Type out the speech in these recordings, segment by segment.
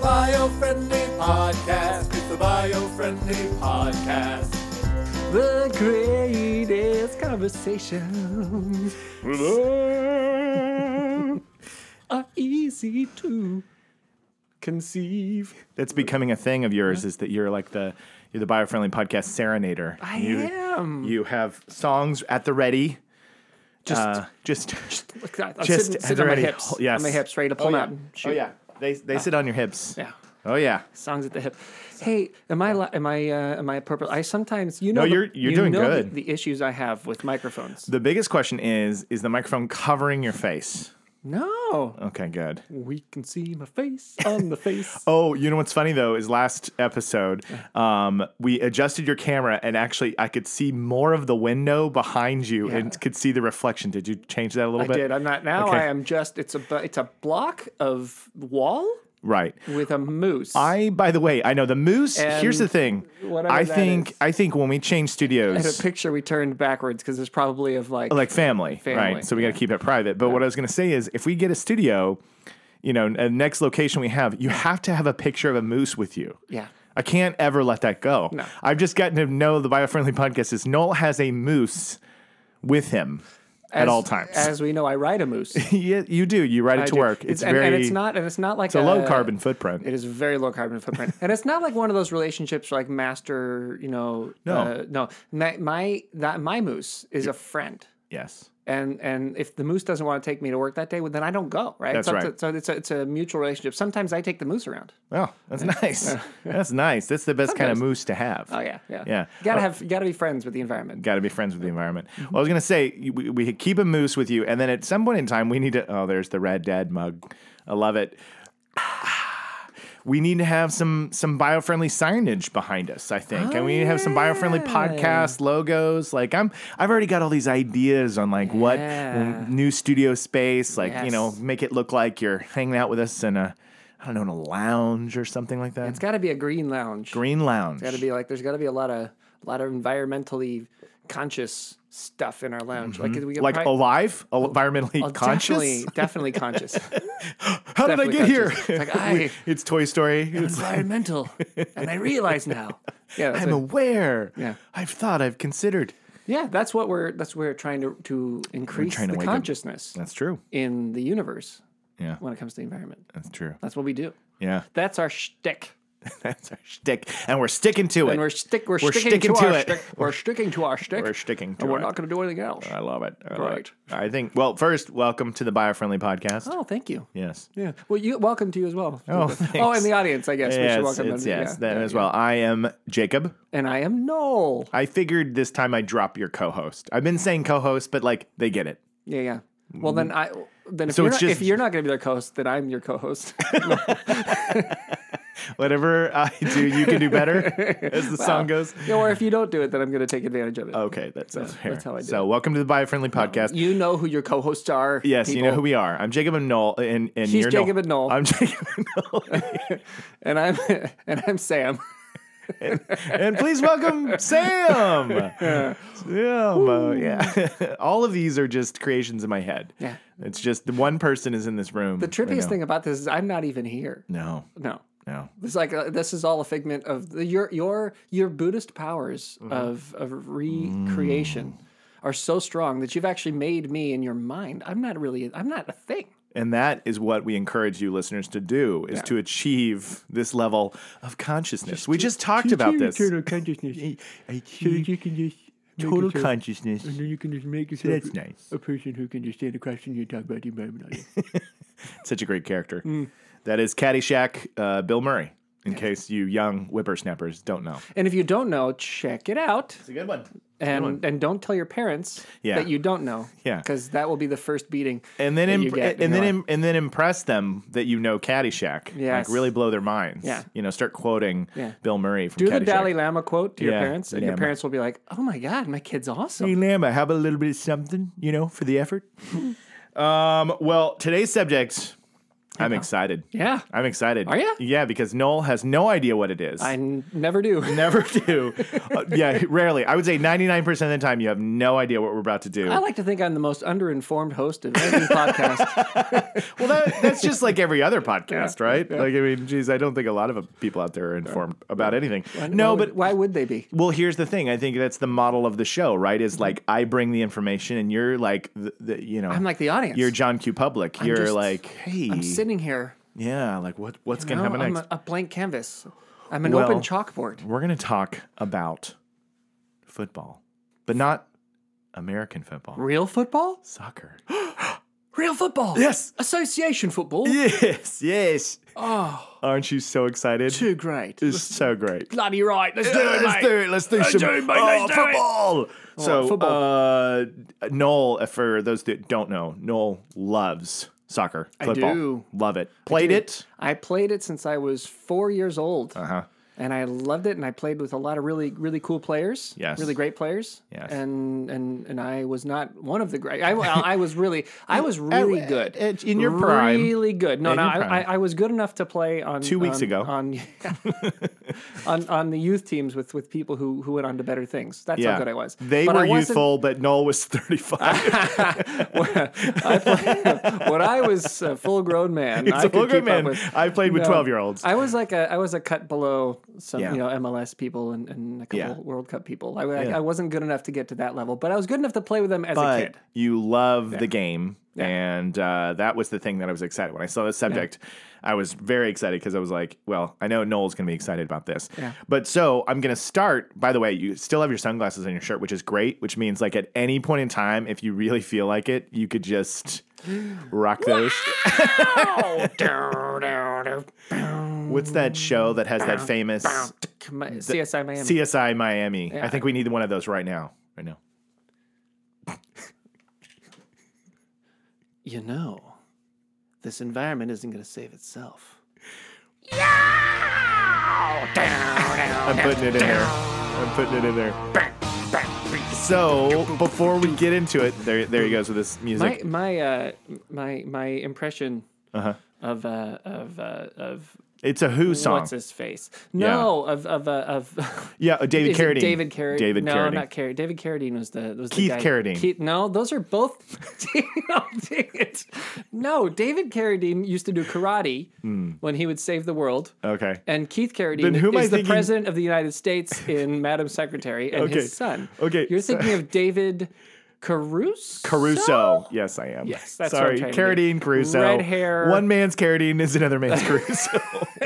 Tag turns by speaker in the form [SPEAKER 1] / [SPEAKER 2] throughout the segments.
[SPEAKER 1] bio-friendly podcast. It's the bio-friendly podcast.
[SPEAKER 2] The greatest conversations are easy to conceive.
[SPEAKER 3] That's becoming a thing of yours is that you're like the you're the biofriendly podcast serenader.
[SPEAKER 2] I
[SPEAKER 3] you,
[SPEAKER 2] am.
[SPEAKER 3] You have songs at the ready.
[SPEAKER 2] Just,
[SPEAKER 3] Uh, just
[SPEAKER 2] look, I, I'm
[SPEAKER 3] just
[SPEAKER 2] sitting, sitting on my
[SPEAKER 3] everybody-
[SPEAKER 2] hips.
[SPEAKER 3] yes.
[SPEAKER 2] On my hips, ready to pull 'em out. and
[SPEAKER 3] oh
[SPEAKER 2] shoot. Ah.
[SPEAKER 3] yeah, they they sit on your hips.
[SPEAKER 2] Yeah.
[SPEAKER 3] Oh yeah.
[SPEAKER 2] Songs at the hip. Hey, am I li- am I uh, am I appropriate? I sometimes you know
[SPEAKER 3] No,
[SPEAKER 2] the-
[SPEAKER 3] you're- you're
[SPEAKER 2] you
[SPEAKER 3] doing
[SPEAKER 2] know the-
[SPEAKER 3] good.
[SPEAKER 2] The, issues I have with microphones.
[SPEAKER 3] The biggest question is is the microphone covering your face?
[SPEAKER 2] no,
[SPEAKER 3] Okay, good.
[SPEAKER 2] we can see my face on the face.
[SPEAKER 3] Oh, you know what's funny though is last episode, um, we adjusted your camera and actually I could see more of the window behind you and could see the reflection. Did you change that a little
[SPEAKER 2] I
[SPEAKER 3] bit?
[SPEAKER 2] did. I'm not now.
[SPEAKER 3] Okay.
[SPEAKER 2] I am just. It's a bu- it's a block of wall
[SPEAKER 3] Right.
[SPEAKER 2] with a moose.
[SPEAKER 3] I, by the way, I know the moose. here's the
[SPEAKER 2] And
[SPEAKER 3] thing.
[SPEAKER 2] whatever
[SPEAKER 3] I
[SPEAKER 2] that
[SPEAKER 3] think
[SPEAKER 2] is.
[SPEAKER 3] I think when we change
[SPEAKER 2] in a
[SPEAKER 3] studios,
[SPEAKER 2] picture we turned backwards because there's probably of like,
[SPEAKER 3] like family,
[SPEAKER 2] Family,
[SPEAKER 3] right? So we got
[SPEAKER 2] yeah.
[SPEAKER 3] to keep it private. But what I was going to say is, if we get a studio, you know, a next location we have, you have to have a picture of a moose with you.
[SPEAKER 2] yeah.
[SPEAKER 3] I can't ever let that go.
[SPEAKER 2] No.
[SPEAKER 3] I've just gotten to know the biofriendly podcast is Noel has a moose with him at
[SPEAKER 2] As-
[SPEAKER 3] all times.
[SPEAKER 2] As we know, I ride a moose. I
[SPEAKER 3] you, you do. You ride it to
[SPEAKER 2] do.
[SPEAKER 3] work. It's,
[SPEAKER 2] and,
[SPEAKER 3] very.
[SPEAKER 2] and it's not and it's not like
[SPEAKER 3] it's a low carbon footprint.
[SPEAKER 2] It is a very low carbon footprint, and it's not like one of those relationships like master. You know,
[SPEAKER 3] No.
[SPEAKER 2] uh, no. My, my that my moose is a friend.
[SPEAKER 3] yes.
[SPEAKER 2] and and if the moose doesn't want to take me to work that day, well, then I don't go. Right.
[SPEAKER 3] That's
[SPEAKER 2] so it's a-
[SPEAKER 3] right.
[SPEAKER 2] so it's a, it's a mutual relationship. Sometimes I take the moose around.
[SPEAKER 3] Oh, that's nice. That's nice. That's the best kind of
[SPEAKER 2] Sometimes.
[SPEAKER 3] moose to have.
[SPEAKER 2] Oh yeah, yeah.
[SPEAKER 3] Yeah.
[SPEAKER 2] You gotta
[SPEAKER 3] Oh.
[SPEAKER 2] have you gotta be friends with the environment.
[SPEAKER 3] Got to be friends with the environment.
[SPEAKER 2] Mm-hmm.
[SPEAKER 3] Well, I was gonna say you- we, we keep a moose with you, and then at some point in time, we need to. Oh, there's the Rad Dad mug. I love it. We need to have some some biofriendly signage behind us, I think, and we need to have some biofriendly
[SPEAKER 2] Ah.
[SPEAKER 3] podcast logos. Like I'm, I've already got all these ideas on like what
[SPEAKER 2] Yeah.
[SPEAKER 3] new studio space, like you know,
[SPEAKER 2] Yes.
[SPEAKER 3] make it look like you're hanging out with us in a, I don't know, in a lounge or something like that.
[SPEAKER 2] It's gotta be a green lounge.
[SPEAKER 3] Green lounge.
[SPEAKER 2] Gotta be like there's gotta be a lot of a lot of environmentally conscious stuff in our lounge. Like we could
[SPEAKER 3] Mm-hmm. like
[SPEAKER 2] probably-
[SPEAKER 3] alive, al- environmentally
[SPEAKER 2] oh,
[SPEAKER 3] conscious.
[SPEAKER 2] Definitely, definitely conscious.
[SPEAKER 3] How did I
[SPEAKER 2] definitely
[SPEAKER 3] get here?
[SPEAKER 2] conscious. It's like,
[SPEAKER 3] We-
[SPEAKER 2] I-
[SPEAKER 3] it's Toy Story. It's,
[SPEAKER 2] environmental, and I realize now. Yeah, that's
[SPEAKER 3] I'm
[SPEAKER 2] what-
[SPEAKER 3] aware.
[SPEAKER 2] Yeah.
[SPEAKER 3] I've thought. I've considered.
[SPEAKER 2] yeah. That's what we're that's what we're trying to to increase
[SPEAKER 3] trying to
[SPEAKER 2] the
[SPEAKER 3] wake up.
[SPEAKER 2] consciousness
[SPEAKER 3] That's true.
[SPEAKER 2] in the universe
[SPEAKER 3] Yeah,
[SPEAKER 2] when it comes to the environment.
[SPEAKER 3] that's true.
[SPEAKER 2] That's what we do.
[SPEAKER 3] Yeah,
[SPEAKER 2] That's our shtick.
[SPEAKER 3] that's our shtick, and we're sticking to it.
[SPEAKER 2] And we're stick. We're,
[SPEAKER 3] We're
[SPEAKER 2] sticking,
[SPEAKER 3] sticking
[SPEAKER 2] to,
[SPEAKER 3] to
[SPEAKER 2] our
[SPEAKER 3] it.
[SPEAKER 2] shtick. We're sticking to our shtick.
[SPEAKER 3] We're sticking to
[SPEAKER 2] and we're
[SPEAKER 3] it.
[SPEAKER 2] not going to do anything else.
[SPEAKER 3] I love it. I love
[SPEAKER 2] Right.
[SPEAKER 3] it. I think. Well, first, welcome to the biofriendly podcast.
[SPEAKER 2] Oh, thank you.
[SPEAKER 3] Yes.
[SPEAKER 2] Yeah. Well, you welcome to you as well.
[SPEAKER 3] Oh,
[SPEAKER 2] oh,
[SPEAKER 3] thanks.
[SPEAKER 2] and the audience, I guess. we should
[SPEAKER 3] Yes,
[SPEAKER 2] welcome
[SPEAKER 3] it's,
[SPEAKER 2] them.
[SPEAKER 3] yes,
[SPEAKER 2] Yeah,
[SPEAKER 3] that
[SPEAKER 2] yeah,
[SPEAKER 3] as
[SPEAKER 2] yeah.
[SPEAKER 3] well. I am Jacob.
[SPEAKER 2] And I am Noel.
[SPEAKER 3] I figured this time I'd drop your co-host. I've been saying co-host, but like they get it.
[SPEAKER 2] Yeah, yeah. Well, then I then if
[SPEAKER 3] So
[SPEAKER 2] you're
[SPEAKER 3] it's
[SPEAKER 2] not,
[SPEAKER 3] just-
[SPEAKER 2] if you're not going to be their co-host, then I'm your co-host.
[SPEAKER 3] Whatever I do, you can do better, as the song goes.
[SPEAKER 2] You know, or if you don't do it, then I'm going to take advantage of it.
[SPEAKER 3] Okay, that sounds fair.
[SPEAKER 2] that's how I do
[SPEAKER 3] so, welcome to the biofriendly podcast.
[SPEAKER 2] You know who your co-hosts are.
[SPEAKER 3] Yes, you know
[SPEAKER 2] people.
[SPEAKER 3] who we are. I'm Jacob and Noel, and and
[SPEAKER 2] She's
[SPEAKER 3] you're
[SPEAKER 2] Jacob and Noel.
[SPEAKER 3] I'm Jacob and Noel,
[SPEAKER 2] and I'm and I'm Sam.
[SPEAKER 3] and please welcome Sam. Sam, uh, yeah. All of these are just creations in my head.
[SPEAKER 2] Yeah.
[SPEAKER 3] it's just the one person is in this room.
[SPEAKER 2] The trippiest thing about this is I'm not even here.
[SPEAKER 3] No,
[SPEAKER 2] No.
[SPEAKER 3] no.
[SPEAKER 2] It's like uh, this is all a figment of the, your your your Buddhist powers
[SPEAKER 3] Mm-hmm.
[SPEAKER 2] of of recreation
[SPEAKER 3] Mm.
[SPEAKER 2] are so strong that you've actually made me in your mind. I'm not really I'm not a thing.
[SPEAKER 3] And that is what we encourage you listeners to do is to achieve this level of consciousness. we just talked about this.
[SPEAKER 2] consciousness. can just
[SPEAKER 3] Total consciousness.
[SPEAKER 2] then you can just make yourself
[SPEAKER 3] That's nice.
[SPEAKER 2] a person who can just stand across and you talk about the environment.
[SPEAKER 3] Such a great character.
[SPEAKER 2] Mm.
[SPEAKER 3] That is Caddyshack uh, Bill Murray, in case you young whippersnappers don't know.
[SPEAKER 2] and if you don't know, check it out.
[SPEAKER 3] It's a good one.
[SPEAKER 2] And and don't tell your parents
[SPEAKER 3] Yeah.
[SPEAKER 2] that you don't know.
[SPEAKER 3] Yeah.
[SPEAKER 2] Because that will be the first beating.
[SPEAKER 3] And then,
[SPEAKER 2] that you
[SPEAKER 3] imp-
[SPEAKER 2] get in
[SPEAKER 3] and then,
[SPEAKER 2] your
[SPEAKER 3] im- and then impress them that you know Caddyshack.
[SPEAKER 2] Yes.
[SPEAKER 3] Like really blow their minds.
[SPEAKER 2] Yeah.
[SPEAKER 3] You know, start quoting
[SPEAKER 2] Yeah.
[SPEAKER 3] Bill Murray from
[SPEAKER 2] Do
[SPEAKER 3] Caddyshack.
[SPEAKER 2] the Dalai Lama quote to your
[SPEAKER 3] Yeah,
[SPEAKER 2] parents, and your
[SPEAKER 3] Lama.
[SPEAKER 2] parents will be like, "Oh my God, my kid's
[SPEAKER 3] Hey,
[SPEAKER 2] awesome."
[SPEAKER 3] Lama, how about a little bit of something, you know, for the effort? um, well, today's subject I'm excited.
[SPEAKER 2] Yeah.
[SPEAKER 3] I'm excited.
[SPEAKER 2] Are ya?
[SPEAKER 3] Yeah, because Noel has no idea what it is.
[SPEAKER 2] I n- never do.
[SPEAKER 3] never do. Uh, yeah, rarely. I would say 99% of the time, you have no idea what we're about to do.
[SPEAKER 2] I like to think I'm the most underinformed host of every podcast.
[SPEAKER 3] Well, that, that's just like every other podcast, right? Like, I mean, geez, I don't think a lot of people out there are informed about anything.
[SPEAKER 2] Why
[SPEAKER 3] No,
[SPEAKER 2] would-
[SPEAKER 3] but
[SPEAKER 2] why would they be?
[SPEAKER 3] well, here's the thing. I think that's the model of the show, right? Is like I bring the information, and you're like, the, the, you know,
[SPEAKER 2] Mm-hmm. I'm like the audience.
[SPEAKER 3] you're John Q. Public. you're
[SPEAKER 2] just-
[SPEAKER 3] like, hey,
[SPEAKER 2] I'm sitting here.
[SPEAKER 3] yeah, like what what's
[SPEAKER 2] No,
[SPEAKER 3] gonna happen
[SPEAKER 2] I'm
[SPEAKER 3] next?
[SPEAKER 2] a, a blank canvas. I'm an
[SPEAKER 3] Well-
[SPEAKER 2] open chalkboard.
[SPEAKER 3] We're gonna talk about football, but not American football,
[SPEAKER 2] Real football?
[SPEAKER 3] soccer.
[SPEAKER 2] Real football.
[SPEAKER 3] Yes.
[SPEAKER 2] Association football.
[SPEAKER 3] yes, yes.
[SPEAKER 2] Oh,
[SPEAKER 3] Aren't you so excited?
[SPEAKER 2] too great.
[SPEAKER 3] It's so great.
[SPEAKER 2] Bloody right. Let's do
[SPEAKER 3] Yeah,
[SPEAKER 2] it,
[SPEAKER 3] let's
[SPEAKER 2] mate.
[SPEAKER 3] do it. Let's do
[SPEAKER 2] Let's
[SPEAKER 3] some
[SPEAKER 2] do it, mate.
[SPEAKER 3] oh,
[SPEAKER 2] Let's do it.
[SPEAKER 3] football. So,
[SPEAKER 2] football.
[SPEAKER 3] Uh, Noel, uh, for those that don't know, Noel loves soccer, football.
[SPEAKER 2] do.
[SPEAKER 3] Love it. Played it.
[SPEAKER 2] I played it since I was four years old.
[SPEAKER 3] Uh-huh.
[SPEAKER 2] And I loved it, and I played with a lot of really, really cool players.
[SPEAKER 3] Yes.
[SPEAKER 2] Really great players.
[SPEAKER 3] Yes.
[SPEAKER 2] And and and I was not one of the great. I, I was really, I was really
[SPEAKER 3] uh,
[SPEAKER 2] good
[SPEAKER 3] uh, in your prime.
[SPEAKER 2] Really good. No,
[SPEAKER 3] In
[SPEAKER 2] no,
[SPEAKER 3] your
[SPEAKER 2] I,
[SPEAKER 3] prime.
[SPEAKER 2] I, I was good enough to play on
[SPEAKER 3] Two weeks
[SPEAKER 2] on-
[SPEAKER 3] ago.
[SPEAKER 2] on on on the youth teams with with people who who went on to better things. That's
[SPEAKER 3] Yeah,
[SPEAKER 2] how good I was.
[SPEAKER 3] They
[SPEAKER 2] But I
[SPEAKER 3] were
[SPEAKER 2] wasn't-
[SPEAKER 3] youthful, but Noel was thirty-five.
[SPEAKER 2] when I was a full grown man,
[SPEAKER 3] He's
[SPEAKER 2] I
[SPEAKER 3] a
[SPEAKER 2] could
[SPEAKER 3] full-grown
[SPEAKER 2] keep
[SPEAKER 3] man.
[SPEAKER 2] Up with,
[SPEAKER 3] I played with
[SPEAKER 2] No.
[SPEAKER 3] 12-year-olds.
[SPEAKER 2] I was like a I was a cut below some
[SPEAKER 3] Yeah.
[SPEAKER 2] you know MLS people and, and a couple
[SPEAKER 3] Yeah.
[SPEAKER 2] World Cup people. I, I,
[SPEAKER 3] Yeah.
[SPEAKER 2] I wasn't good enough to get to that level, but I was good enough to play with them as a
[SPEAKER 3] but
[SPEAKER 2] kid.
[SPEAKER 3] you love the game, and uh, that was the thing that I was excited when I saw this subject. I was very excited because I was like, "Well, I know Noel's going to be excited about this."
[SPEAKER 2] Yeah.
[SPEAKER 3] But so I'm going to start. By the way, you still have your sunglasses on your shirt, which is great. Which means, like, at any point in time, if you really feel like it, you could just rock those.
[SPEAKER 2] Oh,
[SPEAKER 3] What's that show that has that famous
[SPEAKER 2] My- CSI Miami.
[SPEAKER 3] CSI Miami? I think we need one of those right now. Right now.
[SPEAKER 2] you know, this environment isn't going to save itself.
[SPEAKER 3] I'm putting it in there. I'm putting it in there. So before we get into it, there there he goes with this
[SPEAKER 2] My
[SPEAKER 3] music.
[SPEAKER 2] my uh, my my impression
[SPEAKER 3] Uh-huh.
[SPEAKER 2] of uh, of uh, of
[SPEAKER 3] It's a Who song.
[SPEAKER 2] what's his face? No, of of uh, of.
[SPEAKER 3] Yeah, uh, David
[SPEAKER 2] Is it
[SPEAKER 3] Carradine.
[SPEAKER 2] David Carradine.
[SPEAKER 3] David
[SPEAKER 2] no,
[SPEAKER 3] Carradine.
[SPEAKER 2] not Carradine. David Carradine was the was
[SPEAKER 3] Keith
[SPEAKER 2] the guy.
[SPEAKER 3] Carradine.
[SPEAKER 2] Keith, no, those are both. oh, dang it. No, David Carradine used to do karate when he would save the world.
[SPEAKER 3] Okay.
[SPEAKER 2] And Keith Carradine
[SPEAKER 3] Hmm. Uh, Then who am I
[SPEAKER 2] is the
[SPEAKER 3] thinking-
[SPEAKER 2] president of the United States in Madam Secretary and
[SPEAKER 3] Okay.
[SPEAKER 2] his son.
[SPEAKER 3] Okay,
[SPEAKER 2] You're
[SPEAKER 3] so-
[SPEAKER 2] thinking of David Caruso.
[SPEAKER 3] Caruso. Yes, I am.
[SPEAKER 2] Yes, that's what I'm
[SPEAKER 3] Sorry,
[SPEAKER 2] trying to
[SPEAKER 3] Carradine
[SPEAKER 2] do.
[SPEAKER 3] Caruso.
[SPEAKER 2] Red hair.
[SPEAKER 3] One man's Carradine is another man's Caruso.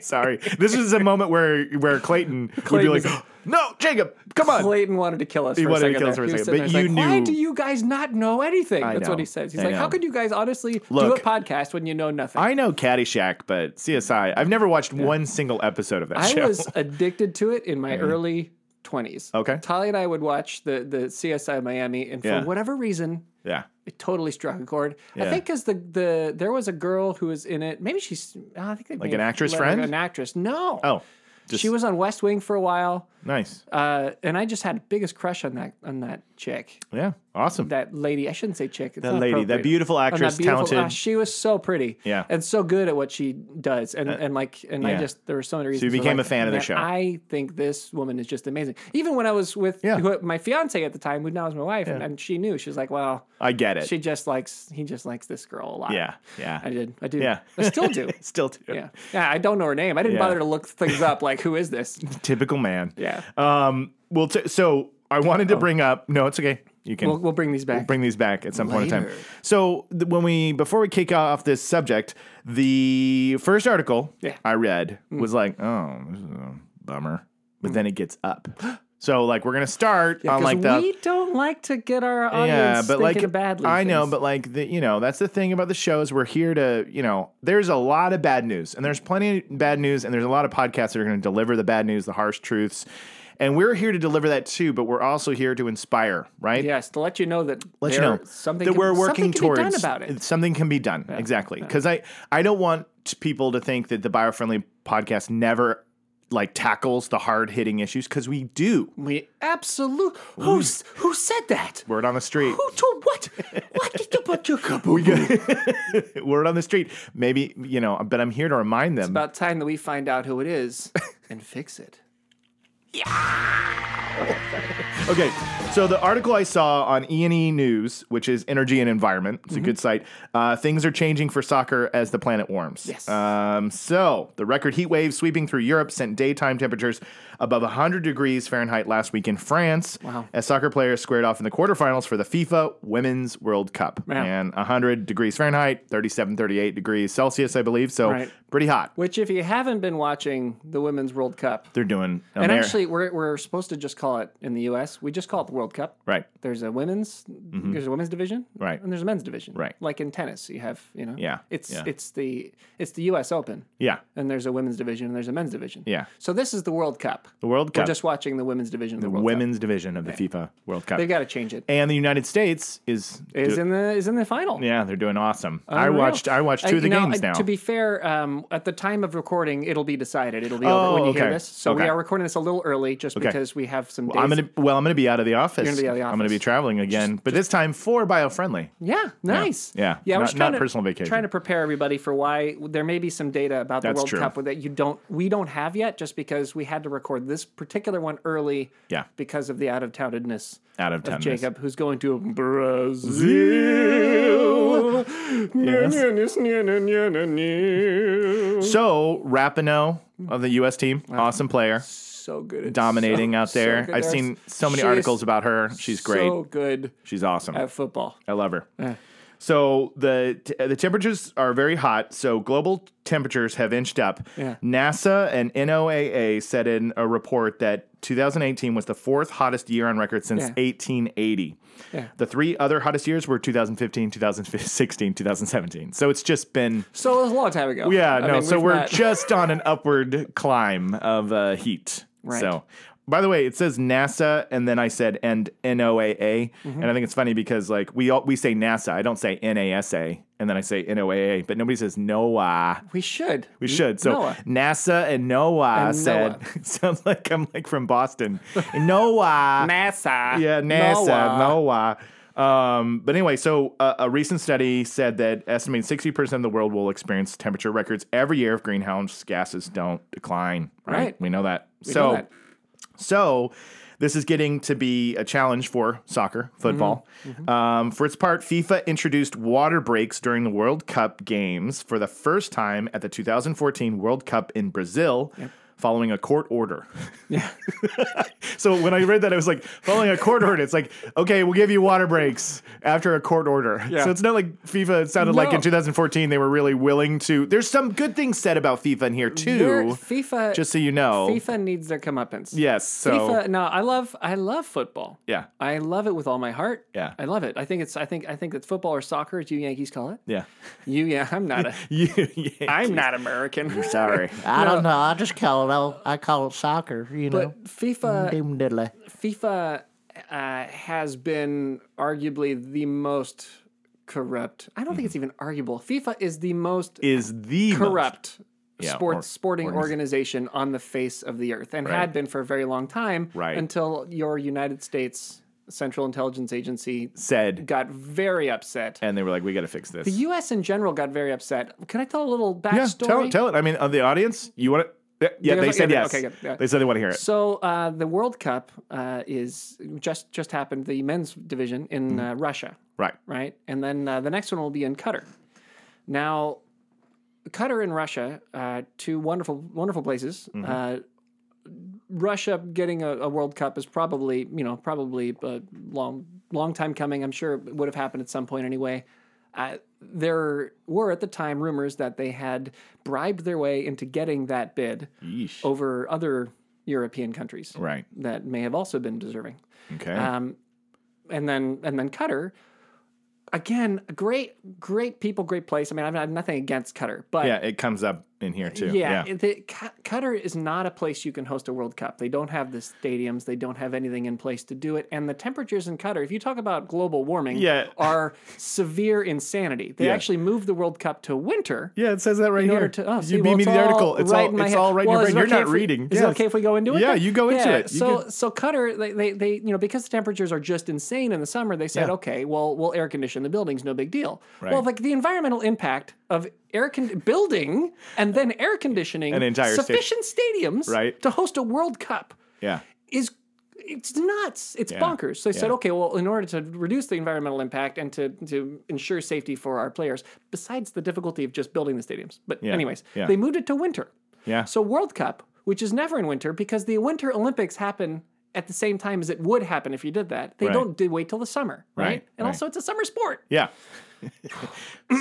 [SPEAKER 3] Sorry, this is a moment where where Clayton,
[SPEAKER 2] Clayton
[SPEAKER 3] would
[SPEAKER 2] is-
[SPEAKER 3] be like, "No, Jacob, come on."
[SPEAKER 2] Clayton wanted to kill us. He for
[SPEAKER 3] wanted to
[SPEAKER 2] a second
[SPEAKER 3] kill us for
[SPEAKER 2] there.
[SPEAKER 3] a
[SPEAKER 2] He was
[SPEAKER 3] second,
[SPEAKER 2] sitting
[SPEAKER 3] but
[SPEAKER 2] there,
[SPEAKER 3] you
[SPEAKER 2] he's like, Why
[SPEAKER 3] knew-
[SPEAKER 2] do you guys not know anything?
[SPEAKER 3] I
[SPEAKER 2] That's what
[SPEAKER 3] know.
[SPEAKER 2] he says. He's
[SPEAKER 3] I
[SPEAKER 2] like,
[SPEAKER 3] know.
[SPEAKER 2] how could you guys honestly
[SPEAKER 3] Look.
[SPEAKER 2] do a podcast when you know nothing?
[SPEAKER 3] I know Caddyshack, but CSI. I've never watched one single episode of that
[SPEAKER 2] I
[SPEAKER 3] show.
[SPEAKER 2] was addicted to it in my early 20s.
[SPEAKER 3] Mm-hmm. Okay.
[SPEAKER 2] Tali and I would watch the, the CSI Miami, and for
[SPEAKER 3] Yeah.
[SPEAKER 2] whatever reason,
[SPEAKER 3] yeah.
[SPEAKER 2] it totally struck a chord. I
[SPEAKER 3] Yeah.
[SPEAKER 2] think because the, the there was a girl who was in it. Maybe she's uh, I think they like
[SPEAKER 3] an actress friend?
[SPEAKER 2] an actress. No,
[SPEAKER 3] Oh, just
[SPEAKER 2] she was on West Wing for a while,
[SPEAKER 3] nice.
[SPEAKER 2] uh, and I just had the biggest crush on that on that chick,
[SPEAKER 3] Yeah, awesome.
[SPEAKER 2] that lady. I shouldn't say chick. It's
[SPEAKER 3] That
[SPEAKER 2] not
[SPEAKER 3] lady, that
[SPEAKER 2] appropriate.
[SPEAKER 3] beautiful
[SPEAKER 2] On that
[SPEAKER 3] actress,
[SPEAKER 2] beautiful-
[SPEAKER 3] talented.
[SPEAKER 2] ah, she was so pretty,
[SPEAKER 3] Yeah. Uh,
[SPEAKER 2] and so good at what she does, and and like, and I
[SPEAKER 3] Yeah.
[SPEAKER 2] just there were so many reasons.
[SPEAKER 3] you
[SPEAKER 2] where,
[SPEAKER 3] became
[SPEAKER 2] like,
[SPEAKER 3] a fan of the
[SPEAKER 2] man,
[SPEAKER 3] show.
[SPEAKER 2] I think this woman is just amazing. Even when I was with
[SPEAKER 3] Yeah.
[SPEAKER 2] who- my fiance at the time, who now is my wife, and, and she knew she was like, well,
[SPEAKER 3] I get it.
[SPEAKER 2] she just likes he just likes this girl a lot.
[SPEAKER 3] yeah, yeah.
[SPEAKER 2] I did. I do.
[SPEAKER 3] Yeah.
[SPEAKER 2] I still do.
[SPEAKER 3] Still, do.
[SPEAKER 2] yeah. Yeah. I don't know her name. I didn't
[SPEAKER 3] Yeah.
[SPEAKER 2] bother to look things up. Like, who is this?
[SPEAKER 3] typical man.
[SPEAKER 2] Yeah. Oh.
[SPEAKER 3] Um. Well, t- so I wanted to bring up. No, it's okay. You can.
[SPEAKER 2] We'll, we'll bring these back.
[SPEAKER 3] bring these back at some point in time.
[SPEAKER 2] Later.
[SPEAKER 3] So th- when we before we kick off this subject, the first article
[SPEAKER 2] Yeah. Mm.
[SPEAKER 3] I read was like, oh, this is a bummer. But then it gets up. So like we're gonna start on
[SPEAKER 2] 'Cause
[SPEAKER 3] like the
[SPEAKER 2] we don't like to get our audience thinking badly.
[SPEAKER 3] I know,
[SPEAKER 2] things.
[SPEAKER 3] but like the you know that's the thing about the show is we're here to you know there's a lot of bad news and there's plenty of bad news and there's a lot of podcasts that are going to deliver the bad news, the harsh truths, and we're here to deliver that too. But we're also here to inspire, right?
[SPEAKER 2] yes, to let you know that
[SPEAKER 3] Let you
[SPEAKER 2] there-
[SPEAKER 3] know
[SPEAKER 2] something
[SPEAKER 3] that
[SPEAKER 2] can-
[SPEAKER 3] we're working
[SPEAKER 2] something can be
[SPEAKER 3] towards
[SPEAKER 2] done about it.
[SPEAKER 3] Something can be done exactly because I I don't want people to think that the biofriendly podcast never like tackles the hard hitting issues because we do.
[SPEAKER 2] We absolutely. Who s- who said that?
[SPEAKER 3] Word on the street.
[SPEAKER 2] Who to what? What did you put your cup?
[SPEAKER 3] Word on the street. Maybe you know, but I'm here to remind them.
[SPEAKER 2] About time that we find out who it is and fix it.
[SPEAKER 3] Okay, so the article I saw on E&E News, which is Energy and Environment, it's a good
[SPEAKER 2] Mm-hmm.
[SPEAKER 3] site. Uh, things are changing for soccer as the planet warms.
[SPEAKER 2] Yes.
[SPEAKER 3] Um, so the record heat wave sweeping through Europe sent daytime temperatures above 100 degrees Fahrenheit last week in France.
[SPEAKER 2] Wow.
[SPEAKER 3] As soccer players squared off in the quarterfinals for the FIFA Women's World Cup,
[SPEAKER 2] Yeah.
[SPEAKER 3] and 100 degrees Fahrenheit, 37, 38 degrees Celsius, I believe. So
[SPEAKER 2] Right.
[SPEAKER 3] pretty hot.
[SPEAKER 2] Which, if you haven't been watching the Women's World Cup,
[SPEAKER 3] They're doing.
[SPEAKER 2] and
[SPEAKER 3] Amer-
[SPEAKER 2] actually, we're, we're supposed to just call it in the U.S. We just call it the World Cup.
[SPEAKER 3] right. Mm-hmm.
[SPEAKER 2] There's a women's, there's a women's division,
[SPEAKER 3] Right.
[SPEAKER 2] and there's a men's division,
[SPEAKER 3] Right.
[SPEAKER 2] Like in tennis, you have, you know,
[SPEAKER 3] Yeah,
[SPEAKER 2] it's
[SPEAKER 3] yeah.
[SPEAKER 2] it's the it's the U.S. Open,
[SPEAKER 3] Yeah.
[SPEAKER 2] and there's a women's division and there's a men's division,
[SPEAKER 3] Yeah.
[SPEAKER 2] So this is the World Cup.
[SPEAKER 3] The World
[SPEAKER 2] We're
[SPEAKER 3] Cup,
[SPEAKER 2] just watching the women's division of the, World Cup.
[SPEAKER 3] women's division of the FIFA World Cup.
[SPEAKER 2] They got to change it.
[SPEAKER 3] and the United States is,
[SPEAKER 2] Is in the is in the final.
[SPEAKER 3] yeah, they're doing awesome. I
[SPEAKER 2] Unreal.
[SPEAKER 3] watched I watched
[SPEAKER 2] Uh,
[SPEAKER 3] two of the
[SPEAKER 2] you know,
[SPEAKER 3] games
[SPEAKER 2] uh,
[SPEAKER 3] now.
[SPEAKER 2] To be fair, um, at the time of recording, it'll be decided. It'll be
[SPEAKER 3] Oh,
[SPEAKER 2] over when you hear
[SPEAKER 3] okay.
[SPEAKER 2] this. So we
[SPEAKER 3] Okay.
[SPEAKER 2] are recording this a little early, just because we have some. Days.
[SPEAKER 3] I'm gonna well, I'm gonna be out of the office.
[SPEAKER 2] gonna be out of the
[SPEAKER 3] I'm gonna be
[SPEAKER 2] office.
[SPEAKER 3] traveling again, but this time for biofriendly.
[SPEAKER 2] Yeah, nice.
[SPEAKER 3] yeah.
[SPEAKER 2] yeah. we're
[SPEAKER 3] Not-
[SPEAKER 2] just trying
[SPEAKER 3] not
[SPEAKER 2] to,
[SPEAKER 3] personal vacation.
[SPEAKER 2] Trying to prepare everybody for why there may be some data about the
[SPEAKER 3] That's
[SPEAKER 2] World
[SPEAKER 3] true.
[SPEAKER 2] Cup that you don't we don't have yet, just because we had to record this particular one early.
[SPEAKER 3] Yeah.
[SPEAKER 2] Because of the out of townedness
[SPEAKER 3] Out of
[SPEAKER 2] of
[SPEAKER 3] town.
[SPEAKER 2] Jacob, who's going to Brazil. Mm-hmm.
[SPEAKER 3] So Rapinoe of the U.S. team, awesome player,
[SPEAKER 2] So good, at-
[SPEAKER 3] dominating
[SPEAKER 2] so-
[SPEAKER 3] out there.
[SPEAKER 2] so good
[SPEAKER 3] I've
[SPEAKER 2] there.
[SPEAKER 3] seen so many
[SPEAKER 2] She is
[SPEAKER 3] articles about her. She's great.
[SPEAKER 2] So good
[SPEAKER 3] She's awesome.
[SPEAKER 2] at football.
[SPEAKER 3] I love her. So the t- the temperatures are very hot. So global temperatures have inched up.
[SPEAKER 2] Yeah.
[SPEAKER 3] NASA and NOAA said in a report that 2018 was the fourth hottest year on record since
[SPEAKER 2] Yeah.
[SPEAKER 3] 1880.
[SPEAKER 2] Yeah.
[SPEAKER 3] The three other hottest years were 2015, 2016, 2017. So it's just been
[SPEAKER 2] So it was a long time ago.
[SPEAKER 3] yeah
[SPEAKER 2] I
[SPEAKER 3] no.
[SPEAKER 2] mean,
[SPEAKER 3] so
[SPEAKER 2] we've
[SPEAKER 3] we're
[SPEAKER 2] not-
[SPEAKER 3] just on an upward climb of uh, heat.
[SPEAKER 2] Right.
[SPEAKER 3] So. By the way, it says NASA, and then I said and NOAA,
[SPEAKER 2] Mm-hmm.
[SPEAKER 3] and I think it's funny because like we all we say NASA, I don't say NASA, and then I say NOAA, but nobody says NOAA.
[SPEAKER 2] we should
[SPEAKER 3] We should. So
[SPEAKER 2] Noah.
[SPEAKER 3] NASA and NOAA
[SPEAKER 2] And
[SPEAKER 3] said sounds like I'm like from Boston. NOAA.
[SPEAKER 2] NASA.
[SPEAKER 3] Ah. Yeah, NASA,
[SPEAKER 2] Noah.
[SPEAKER 3] NOAA. Um, but anyway, so uh, a recent study said that estimating 60% of the world will experience temperature records every year if greenhouse gases don't decline. Right.
[SPEAKER 2] Right.
[SPEAKER 3] We know that.
[SPEAKER 2] We
[SPEAKER 3] so,
[SPEAKER 2] know that.
[SPEAKER 3] so this is getting to be a challenge for soccer,
[SPEAKER 2] Mm-hmm.
[SPEAKER 3] football. Um, for its part, FIFA introduced water breaks during the World Cup games for the first time at the 2014 World Cup in Brazil. Following a court order. so when I read that, I was like, following a court order, it's like, okay, we'll give you water breaks after a court order.
[SPEAKER 2] Yeah.
[SPEAKER 3] So it's not like FIFA, it sounded like
[SPEAKER 2] No.
[SPEAKER 3] in 2014, they were really willing to. There's some good things said about FIFA in here,
[SPEAKER 2] They're-
[SPEAKER 3] too,
[SPEAKER 2] FIFA
[SPEAKER 3] just so you know.
[SPEAKER 2] FIFA needs their comeuppance.
[SPEAKER 3] Yes. So
[SPEAKER 2] FIFA. No, I love I love football.
[SPEAKER 3] Yeah.
[SPEAKER 2] I love it with all my heart.
[SPEAKER 3] Yeah.
[SPEAKER 2] I love it. I think it's I think I think it's football or soccer, as you Yankees call it.
[SPEAKER 3] Yeah.
[SPEAKER 2] You yeah, I'm not a
[SPEAKER 3] You, yeah.
[SPEAKER 2] I'm not American.
[SPEAKER 3] sorry.
[SPEAKER 4] I don't know. I just call it. all- I call it soccer. You know,
[SPEAKER 2] But FIFA
[SPEAKER 4] doom diddly.
[SPEAKER 2] FIFA uh, has been arguably the most corrupt. I don't think it's even arguable. FIFA is the most
[SPEAKER 3] Is the most-
[SPEAKER 2] corrupt
[SPEAKER 3] Yeah,
[SPEAKER 2] sports
[SPEAKER 3] or-
[SPEAKER 2] sporting organization on the face of the earth and had been for a very long time
[SPEAKER 3] Right.
[SPEAKER 2] until your United States Central Intelligence Agency
[SPEAKER 3] said,
[SPEAKER 2] got very upset.
[SPEAKER 3] and they were like, "We got to fix this."
[SPEAKER 2] The U.S. in general got very upset. Can I tell a little
[SPEAKER 3] yeah,
[SPEAKER 2] backstory?
[SPEAKER 3] tell tell it. I mean, of the audience, you want to? Yeah,
[SPEAKER 2] Yeah,
[SPEAKER 3] they
[SPEAKER 2] yeah,
[SPEAKER 3] said
[SPEAKER 2] yeah,
[SPEAKER 3] yes.
[SPEAKER 2] okay, good, yeah.
[SPEAKER 3] They said they want to hear it.
[SPEAKER 2] So uh, the World Cup uh, is just just happened. The men's division in
[SPEAKER 3] Hmm.
[SPEAKER 2] uh, Russia,
[SPEAKER 3] Right.
[SPEAKER 2] right? And then uh, the next one will be in Qatar. Now, Qatar and Russia, uh, two wonderful, wonderful places. Uh, Russia getting a, a World Cup is probably, you know, probably a long, long time coming. I'm sure it would have happened at some point anyway. Uh, there were at the time rumors that they had bribed their way into getting that bid
[SPEAKER 3] Yeesh.
[SPEAKER 2] over other European countries
[SPEAKER 3] Mm. Right.
[SPEAKER 2] that may have also been deserving.
[SPEAKER 3] Okay.
[SPEAKER 2] Um, and then and then Qatar, again, great great people, great place. I mean, I've- I have nothing against Qatar, but
[SPEAKER 3] yeah, it comes up in here too.
[SPEAKER 2] Yeah, it- the- Q- Qatar is not a place you can host a World Cup. They don't have the stadiums. They don't have anything in place to do it. And the temperatures in Qatar, if you talk about global warming,
[SPEAKER 3] Yeah.
[SPEAKER 2] are severe insanity. They
[SPEAKER 3] Yeah.
[SPEAKER 2] actually moved the World Cup to winter.
[SPEAKER 3] Yeah, it says that right
[SPEAKER 2] In
[SPEAKER 3] here.
[SPEAKER 2] order to, oh, see,
[SPEAKER 3] you beat
[SPEAKER 2] well,
[SPEAKER 3] me
[SPEAKER 2] it's
[SPEAKER 3] to the
[SPEAKER 2] all
[SPEAKER 3] article. It's
[SPEAKER 2] right
[SPEAKER 3] all
[SPEAKER 2] in my
[SPEAKER 3] it's
[SPEAKER 2] head.
[SPEAKER 3] all right
[SPEAKER 2] Well,
[SPEAKER 3] in
[SPEAKER 2] is
[SPEAKER 3] your
[SPEAKER 2] it
[SPEAKER 3] brain. You're
[SPEAKER 2] okay
[SPEAKER 3] not
[SPEAKER 2] if we-
[SPEAKER 3] reading.
[SPEAKER 2] Is
[SPEAKER 3] yeah.
[SPEAKER 2] it okay if we go into it?
[SPEAKER 3] Yeah,
[SPEAKER 2] then?
[SPEAKER 3] you go into
[SPEAKER 2] Yeah,
[SPEAKER 3] it. You
[SPEAKER 2] so
[SPEAKER 3] can-
[SPEAKER 2] so Qatar, they, they they you know because the temperatures are just insane in the summer, they said,
[SPEAKER 3] Yeah.
[SPEAKER 2] okay, well we'll air condition the buildings, no big deal.
[SPEAKER 3] Right.
[SPEAKER 2] Well, like the environmental impact of air con- building and then air conditioning
[SPEAKER 3] An entire sta-
[SPEAKER 2] sufficient stadiums
[SPEAKER 3] Right.
[SPEAKER 2] to host a World Cup
[SPEAKER 3] Yeah.
[SPEAKER 2] is it's nuts. It's
[SPEAKER 3] Yeah.
[SPEAKER 2] bonkers. So they said,
[SPEAKER 3] Yeah.
[SPEAKER 2] okay, well, in order to reduce the environmental impact and to, to ensure safety for our players, besides the difficulty of just building the stadiums. But
[SPEAKER 3] Yeah.
[SPEAKER 2] anyways,
[SPEAKER 3] Yeah.
[SPEAKER 2] they moved it to winter.
[SPEAKER 3] Yeah.
[SPEAKER 2] So World Cup, which is never in winter because the Winter Olympics happen at the same time as it would happen if you did that. They
[SPEAKER 3] Right.
[SPEAKER 2] don't do, wait till the summer, right?
[SPEAKER 3] Right,
[SPEAKER 2] And
[SPEAKER 3] right.
[SPEAKER 2] also it's a summer sport.
[SPEAKER 3] Yeah.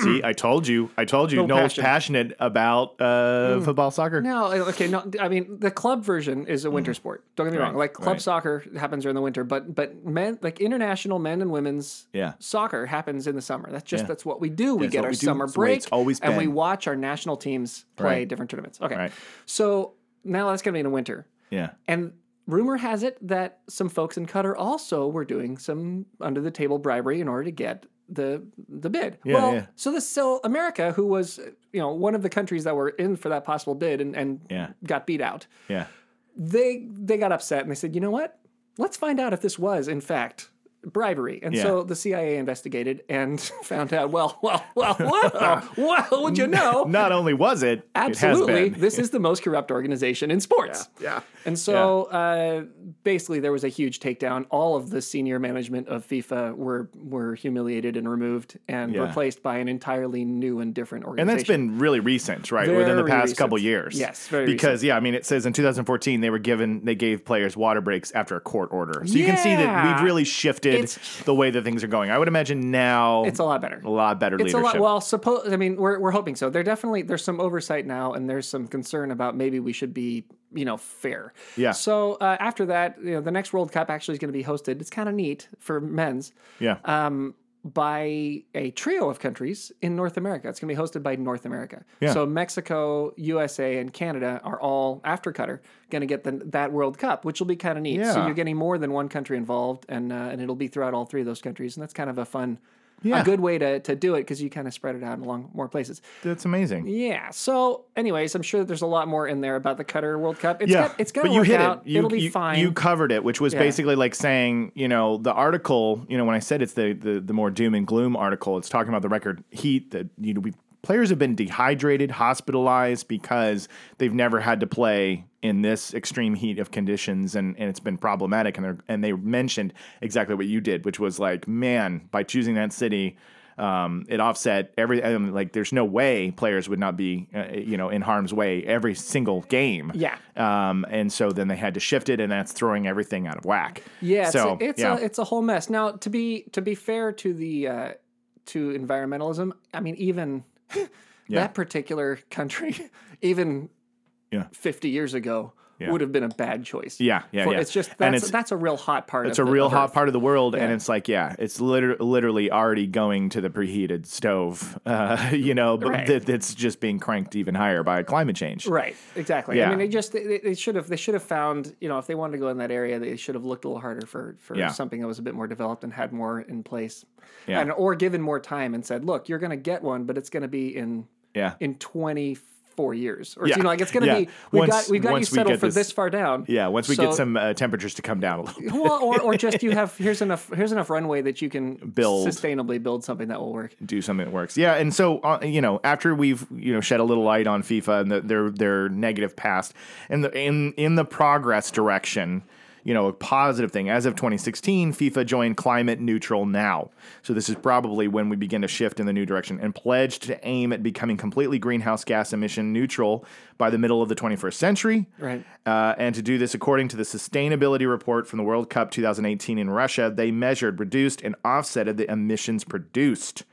[SPEAKER 3] See, I told you. I told you.
[SPEAKER 2] No
[SPEAKER 3] Noel's
[SPEAKER 2] passion. Mm.
[SPEAKER 3] passionate about uh, football, soccer.
[SPEAKER 2] No, uh, okay, no. I mean, the club version is a winter sport. Don't get me wrong.
[SPEAKER 3] Mm. Right,
[SPEAKER 2] Like club
[SPEAKER 3] right.
[SPEAKER 2] soccer happens during the winter, but but men like international men and women's
[SPEAKER 3] Yeah.
[SPEAKER 2] soccer happens in the summer. That's just
[SPEAKER 3] Yeah.
[SPEAKER 2] that's what we do. We
[SPEAKER 3] That's
[SPEAKER 2] get
[SPEAKER 3] what
[SPEAKER 2] our
[SPEAKER 3] we do.
[SPEAKER 2] summer
[SPEAKER 3] It's the way
[SPEAKER 2] break,
[SPEAKER 3] it's always
[SPEAKER 2] and we
[SPEAKER 3] been.
[SPEAKER 2] watch our national teams play
[SPEAKER 3] Right.
[SPEAKER 2] different tournaments. Okay,
[SPEAKER 3] Right.
[SPEAKER 2] so now that's going to be in the winter,
[SPEAKER 3] Yeah.
[SPEAKER 2] and rumor has it that some folks in Qatar also were doing some under the table bribery in order to get the the bid.
[SPEAKER 3] Yeah,
[SPEAKER 2] well,
[SPEAKER 3] yeah.
[SPEAKER 2] so this so America, who was you know one of the countries that were in for that possible bid and and
[SPEAKER 3] Yeah.
[SPEAKER 2] got beat out,
[SPEAKER 3] Yeah.
[SPEAKER 2] they they got upset and they said, you know what? Let's find out if this was in fact bribery. And
[SPEAKER 3] Yeah.
[SPEAKER 2] so the CIA investigated and found out. Well, well, well, whoa, whoa! Would you know?
[SPEAKER 3] Not only was it, it
[SPEAKER 2] Absolutely.
[SPEAKER 3] has been.
[SPEAKER 2] This is the most corrupt organization in sports.
[SPEAKER 3] Yeah.
[SPEAKER 2] And so uh, basically, there was a huge takedown. All of the senior management of FIFA were were humiliated and removed and
[SPEAKER 3] Yeah.
[SPEAKER 2] replaced by an entirely new and different
[SPEAKER 3] And
[SPEAKER 2] organization.
[SPEAKER 3] that's been really recent, right? Within the
[SPEAKER 2] Very
[SPEAKER 3] past
[SPEAKER 2] recent.
[SPEAKER 3] couple years.
[SPEAKER 2] Yes, very
[SPEAKER 3] Because yeah, I mean, it says in 2014 they were given they gave players water breaks after a court order, so you can see that
[SPEAKER 2] Yeah.
[SPEAKER 3] we've really shifted
[SPEAKER 2] It's-
[SPEAKER 3] the way that things are going. I would imagine now
[SPEAKER 2] It's a lot better.
[SPEAKER 3] a lot better
[SPEAKER 2] It's
[SPEAKER 3] leadership.
[SPEAKER 2] a lot. Well, suppose I mean we're we're hoping so. There definitely there's some oversight now, and there's some concern about maybe we should be you know fair.
[SPEAKER 3] Yeah.
[SPEAKER 2] So uh, after that, you know, the next World Cup actually is going to be hosted. It's kind of neat for men's
[SPEAKER 3] yeah,
[SPEAKER 2] um, by a trio of countries in North America. It's going to be hosted by North America.
[SPEAKER 3] Yeah.
[SPEAKER 2] So Mexico, USA, and Canada are all after Qatar going to get the, that World Cup, which will be kind of neat. So
[SPEAKER 3] Yeah.
[SPEAKER 2] you're getting more than one country involved, and uh, and it'll be throughout all three of those countries, and that's kind of a fun.
[SPEAKER 3] Yeah.
[SPEAKER 2] A good way to, to do it because you kind of spread it out along more places.
[SPEAKER 3] that's amazing.
[SPEAKER 2] Yeah. So, anyways, I'm sure that there's a lot more in there about the Qatar World Cup. It's
[SPEAKER 3] yeah,
[SPEAKER 2] got, it's gonna
[SPEAKER 3] But you
[SPEAKER 2] work
[SPEAKER 3] hit
[SPEAKER 2] out.
[SPEAKER 3] It. You,
[SPEAKER 2] will be
[SPEAKER 3] you-
[SPEAKER 2] fine.
[SPEAKER 3] You covered it, which was
[SPEAKER 2] Yeah.
[SPEAKER 3] basically like saying, you know, the article. You know, when I said it's the the, the more doom and gloom article, it's talking about the record heat that you know we players have been dehydrated, hospitalized because they've never had to play in this extreme heat of conditions, and, and it's been problematic. And they and they mentioned exactly what you did, which was like, man, by choosing that city. Um, it offset every I mean, like. There's no way players would not be, uh, you know, in harm's way every single game.
[SPEAKER 2] Yeah.
[SPEAKER 3] Um, and so then they had to shift it, and that's throwing everything out of whack.
[SPEAKER 2] Yeah,
[SPEAKER 3] So
[SPEAKER 2] it's a, it's,
[SPEAKER 3] yeah,
[SPEAKER 2] a, it's a whole mess. Now, to be to be fair to the uh, to environmentalism, I mean, even
[SPEAKER 3] Yeah.
[SPEAKER 2] that particular country, even
[SPEAKER 3] Yeah.
[SPEAKER 2] fifty years ago,
[SPEAKER 3] Yeah.
[SPEAKER 2] would have been a bad choice.
[SPEAKER 3] Yeah, yeah,
[SPEAKER 2] For-
[SPEAKER 3] yeah.
[SPEAKER 2] It's just
[SPEAKER 3] And
[SPEAKER 2] that's
[SPEAKER 3] it's-
[SPEAKER 2] that's a real hot part.
[SPEAKER 3] it's a
[SPEAKER 2] of the-
[SPEAKER 3] real
[SPEAKER 2] of
[SPEAKER 3] hot
[SPEAKER 2] Earth.
[SPEAKER 3] part of the world, and
[SPEAKER 2] Yeah.
[SPEAKER 3] it's like yeah, it's liter- literally already going to the preheated stove. Uh, you know, but
[SPEAKER 2] Right.
[SPEAKER 3] that that's just being cranked even higher by climate change.
[SPEAKER 2] Right, exactly. I
[SPEAKER 3] Yeah.
[SPEAKER 2] mean, they just they, they should have they should have found you know if they wanted to go in that area, they should have looked a little harder for for
[SPEAKER 3] Yeah.
[SPEAKER 2] something that was a bit more developed and had more in place,
[SPEAKER 3] Yeah.
[SPEAKER 2] and or given more time and said, look, you're going to get one, but it's going to be in
[SPEAKER 3] Yeah.
[SPEAKER 2] in 24 years or
[SPEAKER 3] Yeah,
[SPEAKER 2] you know like it's going to
[SPEAKER 3] yeah.
[SPEAKER 2] be we've
[SPEAKER 3] Once-
[SPEAKER 2] got we've got you
[SPEAKER 3] once we
[SPEAKER 2] settled
[SPEAKER 3] get
[SPEAKER 2] for
[SPEAKER 3] this-
[SPEAKER 2] this, far down
[SPEAKER 3] yeah, once we get
[SPEAKER 2] So-
[SPEAKER 3] some uh, temperatures to come down a little bit.
[SPEAKER 2] well, or, or just you have here's enough here's enough runway that you can
[SPEAKER 3] Build.
[SPEAKER 2] sustainably build something that will work
[SPEAKER 3] do something that works. Yeah, and so uh, you know, after we've you know shed a little light on FIFA and the, their their negative past, and the, in in the progress direction, you know, a positive thing. As of 2016, FIFA joined climate neutral now. So this is probably when we begin to shift in the new direction and pledged to aim at becoming completely greenhouse gas emission neutral by the middle of the 21st century.
[SPEAKER 2] Right.
[SPEAKER 3] Uh, and to do this, according to the sustainability report from the World Cup 2018 in Russia, they measured, reduced, and offsetted the emissions produced.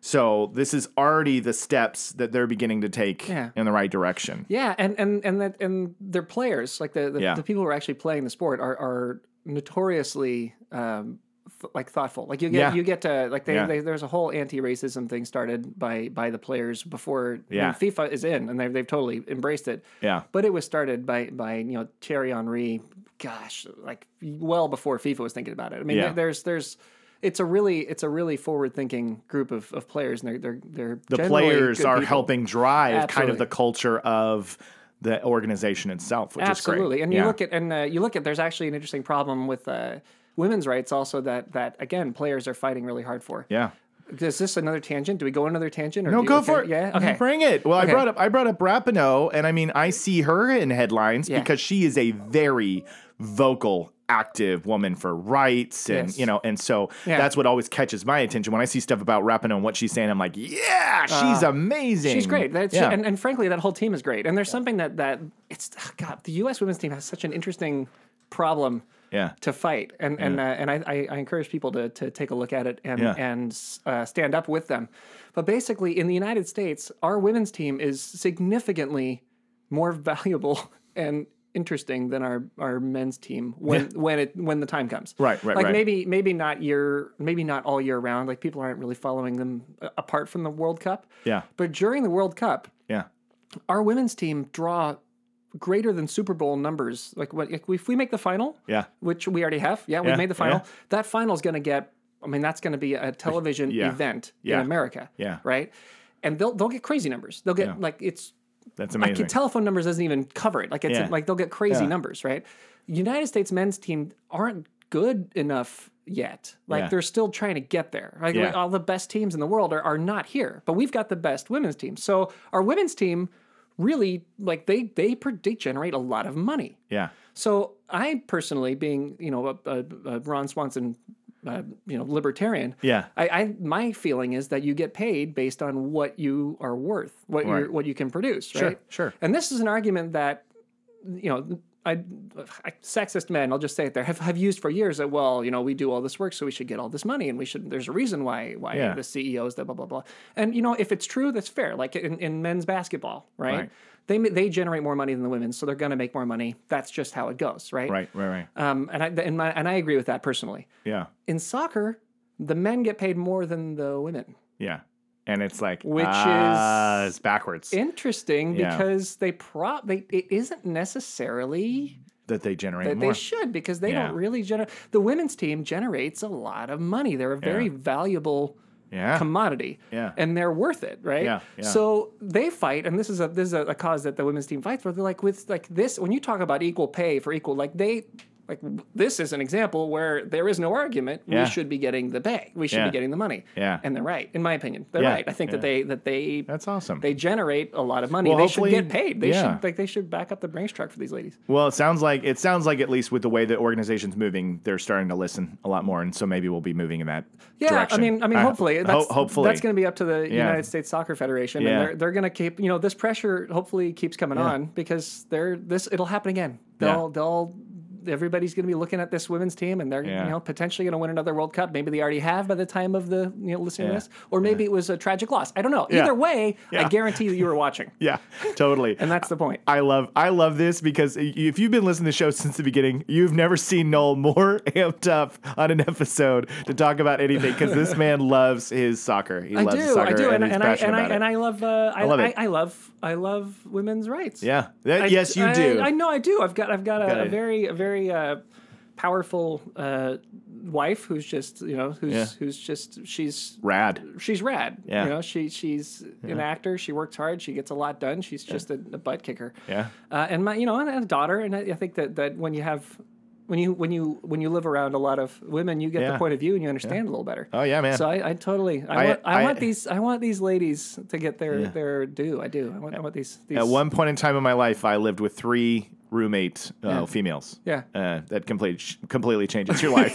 [SPEAKER 3] So this is already the steps that they're beginning to take
[SPEAKER 2] Yeah.
[SPEAKER 3] in the right direction.
[SPEAKER 2] yeah and and and that and their players like the the,
[SPEAKER 3] Yeah.
[SPEAKER 2] the people who are actually playing the sport are are notoriously um th- like thoughtful. Like you get
[SPEAKER 3] Yeah.
[SPEAKER 2] you get to like they,
[SPEAKER 3] Yeah.
[SPEAKER 2] they there's a whole anti-racism thing started by by the players before I mean,
[SPEAKER 3] Yeah.
[SPEAKER 2] FIFA is in and they've they've totally embraced it.
[SPEAKER 3] Yeah.
[SPEAKER 2] But it was started by by you know Thierry Henry, gosh, like well before FIFA was thinking about it. I mean,
[SPEAKER 3] Yeah.
[SPEAKER 2] there- there's there's it's a really it's a really forward thinking group of, of players and they're they're they're
[SPEAKER 3] the
[SPEAKER 2] generally
[SPEAKER 3] players
[SPEAKER 2] good
[SPEAKER 3] are
[SPEAKER 2] people.
[SPEAKER 3] helping drive kind of
[SPEAKER 2] Absolutely.
[SPEAKER 3] the culture of the organization itself, which
[SPEAKER 2] absolutely.
[SPEAKER 3] is great.
[SPEAKER 2] And
[SPEAKER 3] Yeah.
[SPEAKER 2] you look at and uh, you look at there's actually an interesting problem with uh, women's rights also that that again players are fighting really hard for.
[SPEAKER 3] yeah.
[SPEAKER 2] Is this another tangent? Do we go another tangent? Or
[SPEAKER 3] No,
[SPEAKER 2] do you-
[SPEAKER 3] go
[SPEAKER 2] okay,
[SPEAKER 3] for it.
[SPEAKER 2] Yeah. Okay.
[SPEAKER 3] Bring it. Well, I
[SPEAKER 2] Okay.
[SPEAKER 3] brought up I brought up Rapinoe, and I mean I see her in headlines
[SPEAKER 2] Yeah.
[SPEAKER 3] because she is a very vocal, active woman for rights, and
[SPEAKER 2] Yes.
[SPEAKER 3] you know, and so
[SPEAKER 2] Yeah.
[SPEAKER 3] that's what always catches my attention when I see stuff about Rapinoe and what she's saying. I'm like, yeah, she's amazing.
[SPEAKER 2] Ah, She's great. That's
[SPEAKER 3] yeah.
[SPEAKER 2] and, and frankly, that whole team is great. And there's something that that it's ugh, God. The U.S. women's team has such an interesting problem
[SPEAKER 3] yeah.
[SPEAKER 2] to fight, and and uh, and I, I, I encourage people to to take a look at it and
[SPEAKER 3] Yeah.
[SPEAKER 2] and uh, stand up with them. But basically, in the United States, our women's team is significantly more valuable and interesting than our our men's team when when it when the time comes.
[SPEAKER 3] Right, right,
[SPEAKER 2] Like
[SPEAKER 3] right.
[SPEAKER 2] maybe maybe not year maybe not all year round. Like people aren't really following them uh, apart from the World Cup.
[SPEAKER 3] Yeah.
[SPEAKER 2] But during the World Cup,
[SPEAKER 3] Yeah.
[SPEAKER 2] our women's team draw greater than Super Bowl numbers. Like what if we- if we make the final?
[SPEAKER 3] Yeah.
[SPEAKER 2] Which we already have. Yeah, we
[SPEAKER 3] Yeah,
[SPEAKER 2] made the final.
[SPEAKER 3] yeah.
[SPEAKER 2] That final's going to get. I mean, that's going to be a television
[SPEAKER 3] Yeah,
[SPEAKER 2] event
[SPEAKER 3] yeah,
[SPEAKER 2] in America.
[SPEAKER 3] yeah.
[SPEAKER 2] Right. And they'll they'll get crazy numbers. They'll get
[SPEAKER 3] Yeah.
[SPEAKER 2] like it's
[SPEAKER 3] That's
[SPEAKER 2] like
[SPEAKER 3] amazing.
[SPEAKER 2] telephone numbers doesn't even cover it. Like it's
[SPEAKER 3] Yeah.
[SPEAKER 2] like they'll get crazy
[SPEAKER 3] Yeah.
[SPEAKER 2] numbers, right? United States men's team aren't good enough yet. Like
[SPEAKER 3] Yeah.
[SPEAKER 2] they're still trying to get there. Like,
[SPEAKER 3] Yeah.
[SPEAKER 2] like, all the best teams in the world are, are not here, but we've got the best women's team. So our women's team really like they they predict generate a lot of money.
[SPEAKER 3] yeah.
[SPEAKER 2] So I personally, being you know a, a, a Ron Swanson, uh, you know libertarian,
[SPEAKER 3] Yeah.
[SPEAKER 2] I, I my feeling is that you get paid based on what you are worth, what
[SPEAKER 3] Right.
[SPEAKER 2] you what you can produce,
[SPEAKER 3] Sure,
[SPEAKER 2] right?
[SPEAKER 3] sure.
[SPEAKER 2] And this is an argument that you know. I, I, sexist men, I'll just say it there, have, have used for years that, well, you know, we do all this work, so we should get all this money, and we should, there's a reason why why
[SPEAKER 3] Yeah.
[SPEAKER 2] the CEOs, that blah, blah, blah. And, you know, if it's true, that's fair. Like in, in men's basketball, right?
[SPEAKER 3] Right.
[SPEAKER 2] They, ma- they generate more money than the women, so they're going to make more money. That's just how it goes, right?
[SPEAKER 3] Right. Right. Right.
[SPEAKER 2] Um, and, I, and, my, and I agree with that personally.
[SPEAKER 3] Yeah.
[SPEAKER 2] In soccer, the men get paid more than the women.
[SPEAKER 3] Yeah. And it's like
[SPEAKER 2] Which
[SPEAKER 3] ah,
[SPEAKER 2] is-
[SPEAKER 3] it's backwards
[SPEAKER 2] Interesting
[SPEAKER 3] Yeah.
[SPEAKER 2] because they prop they it isn't necessarily
[SPEAKER 3] that they generate
[SPEAKER 2] that
[SPEAKER 3] more.
[SPEAKER 2] they should because they
[SPEAKER 3] Yeah.
[SPEAKER 2] don't really generate the women's team generates a lot of money. They're a very
[SPEAKER 3] Yeah.
[SPEAKER 2] valuable
[SPEAKER 3] yeah.
[SPEAKER 2] commodity.
[SPEAKER 3] Yeah.
[SPEAKER 2] And they're worth it, right?
[SPEAKER 3] Yeah, yeah.
[SPEAKER 2] So they fight, and this is a this is a, a cause that the women's team fights for. They're like with like this when you talk about equal pay for equal, like they like this is an example where there is no argument.
[SPEAKER 3] Yeah.
[SPEAKER 2] We should be getting the pay. We should
[SPEAKER 3] Yeah.
[SPEAKER 2] be getting the money.
[SPEAKER 3] Yeah.
[SPEAKER 2] And they're right, in my opinion. They're
[SPEAKER 3] Yeah,
[SPEAKER 2] right. I think
[SPEAKER 3] yeah.
[SPEAKER 2] that they that they
[SPEAKER 3] That's awesome.
[SPEAKER 2] they generate a lot of money.
[SPEAKER 3] Well,
[SPEAKER 2] they should
[SPEAKER 3] hopefully-
[SPEAKER 2] get paid. They
[SPEAKER 3] yeah.
[SPEAKER 2] should like they should back up the brains truck for these ladies.
[SPEAKER 3] Well, it sounds like it sounds like at least with the way the organization's moving, they're starting to listen a lot more, and so maybe we'll be moving in that
[SPEAKER 2] Yeah,
[SPEAKER 3] direction. Uh,
[SPEAKER 2] I mean, I mean, hopefully, that's,
[SPEAKER 3] ho- hopefully,
[SPEAKER 2] that's going to be up to the
[SPEAKER 3] Yeah.
[SPEAKER 2] United States Soccer Federation,
[SPEAKER 3] Yeah.
[SPEAKER 2] and they're they're going to keep you know this pressure hopefully keeps coming on because they're this it'll happen again.
[SPEAKER 3] Yeah.
[SPEAKER 2] They'll they'll everybody's going to be looking at this women's team, and they're
[SPEAKER 3] Yeah.
[SPEAKER 2] you know potentially going to win another World Cup. Maybe they already have by the time of the you know listening
[SPEAKER 3] Yeah.
[SPEAKER 2] to this, or maybe it was a tragic loss. I don't know.
[SPEAKER 3] Yeah.
[SPEAKER 2] Either way,
[SPEAKER 3] Yeah.
[SPEAKER 2] I guarantee that you were watching,
[SPEAKER 3] yeah, totally.
[SPEAKER 2] and that's the point.
[SPEAKER 3] I love I love this because if you've been listening to the show since the beginning, you've never seen Noel more amped up on an episode to talk about anything because this man loves his soccer. He
[SPEAKER 2] I
[SPEAKER 3] loves
[SPEAKER 2] do,
[SPEAKER 3] soccer
[SPEAKER 2] I do, and,
[SPEAKER 3] he's
[SPEAKER 2] and I
[SPEAKER 3] passionate
[SPEAKER 2] and I
[SPEAKER 3] about it.
[SPEAKER 2] and I love uh, I,
[SPEAKER 3] love
[SPEAKER 2] I,
[SPEAKER 3] it.
[SPEAKER 2] I love I love women's rights.
[SPEAKER 3] yeah, That-
[SPEAKER 2] I-
[SPEAKER 3] yes, you
[SPEAKER 2] I-
[SPEAKER 3] do.
[SPEAKER 2] Uh, I know I do. I've got I've got,
[SPEAKER 3] Got
[SPEAKER 2] a, a
[SPEAKER 3] it.
[SPEAKER 2] very a very uh, powerful uh, wife who's just you know who's
[SPEAKER 3] Yeah.
[SPEAKER 2] who's just she's
[SPEAKER 3] Rad.
[SPEAKER 2] she's rad.
[SPEAKER 3] Yeah.
[SPEAKER 2] You know she she's an actor. She works hard. She gets a lot done. She's just a, a butt kicker.
[SPEAKER 3] Yeah.
[SPEAKER 2] Uh, and my you know and, and a daughter and I, I think that that when you have when you when you when you live around a lot of women, you get
[SPEAKER 3] Yeah.
[SPEAKER 2] the point of view and you understand a little better.
[SPEAKER 3] Oh yeah, man.
[SPEAKER 2] So I, I totally I,
[SPEAKER 3] I-
[SPEAKER 2] want I,
[SPEAKER 3] I-
[SPEAKER 2] want these I want these ladies to get their their due. I do. I want I want these these
[SPEAKER 3] At one point in time in my life, I lived with three roommate uh, females.
[SPEAKER 2] Yeah.
[SPEAKER 3] Uh, that complete, completely changes your life.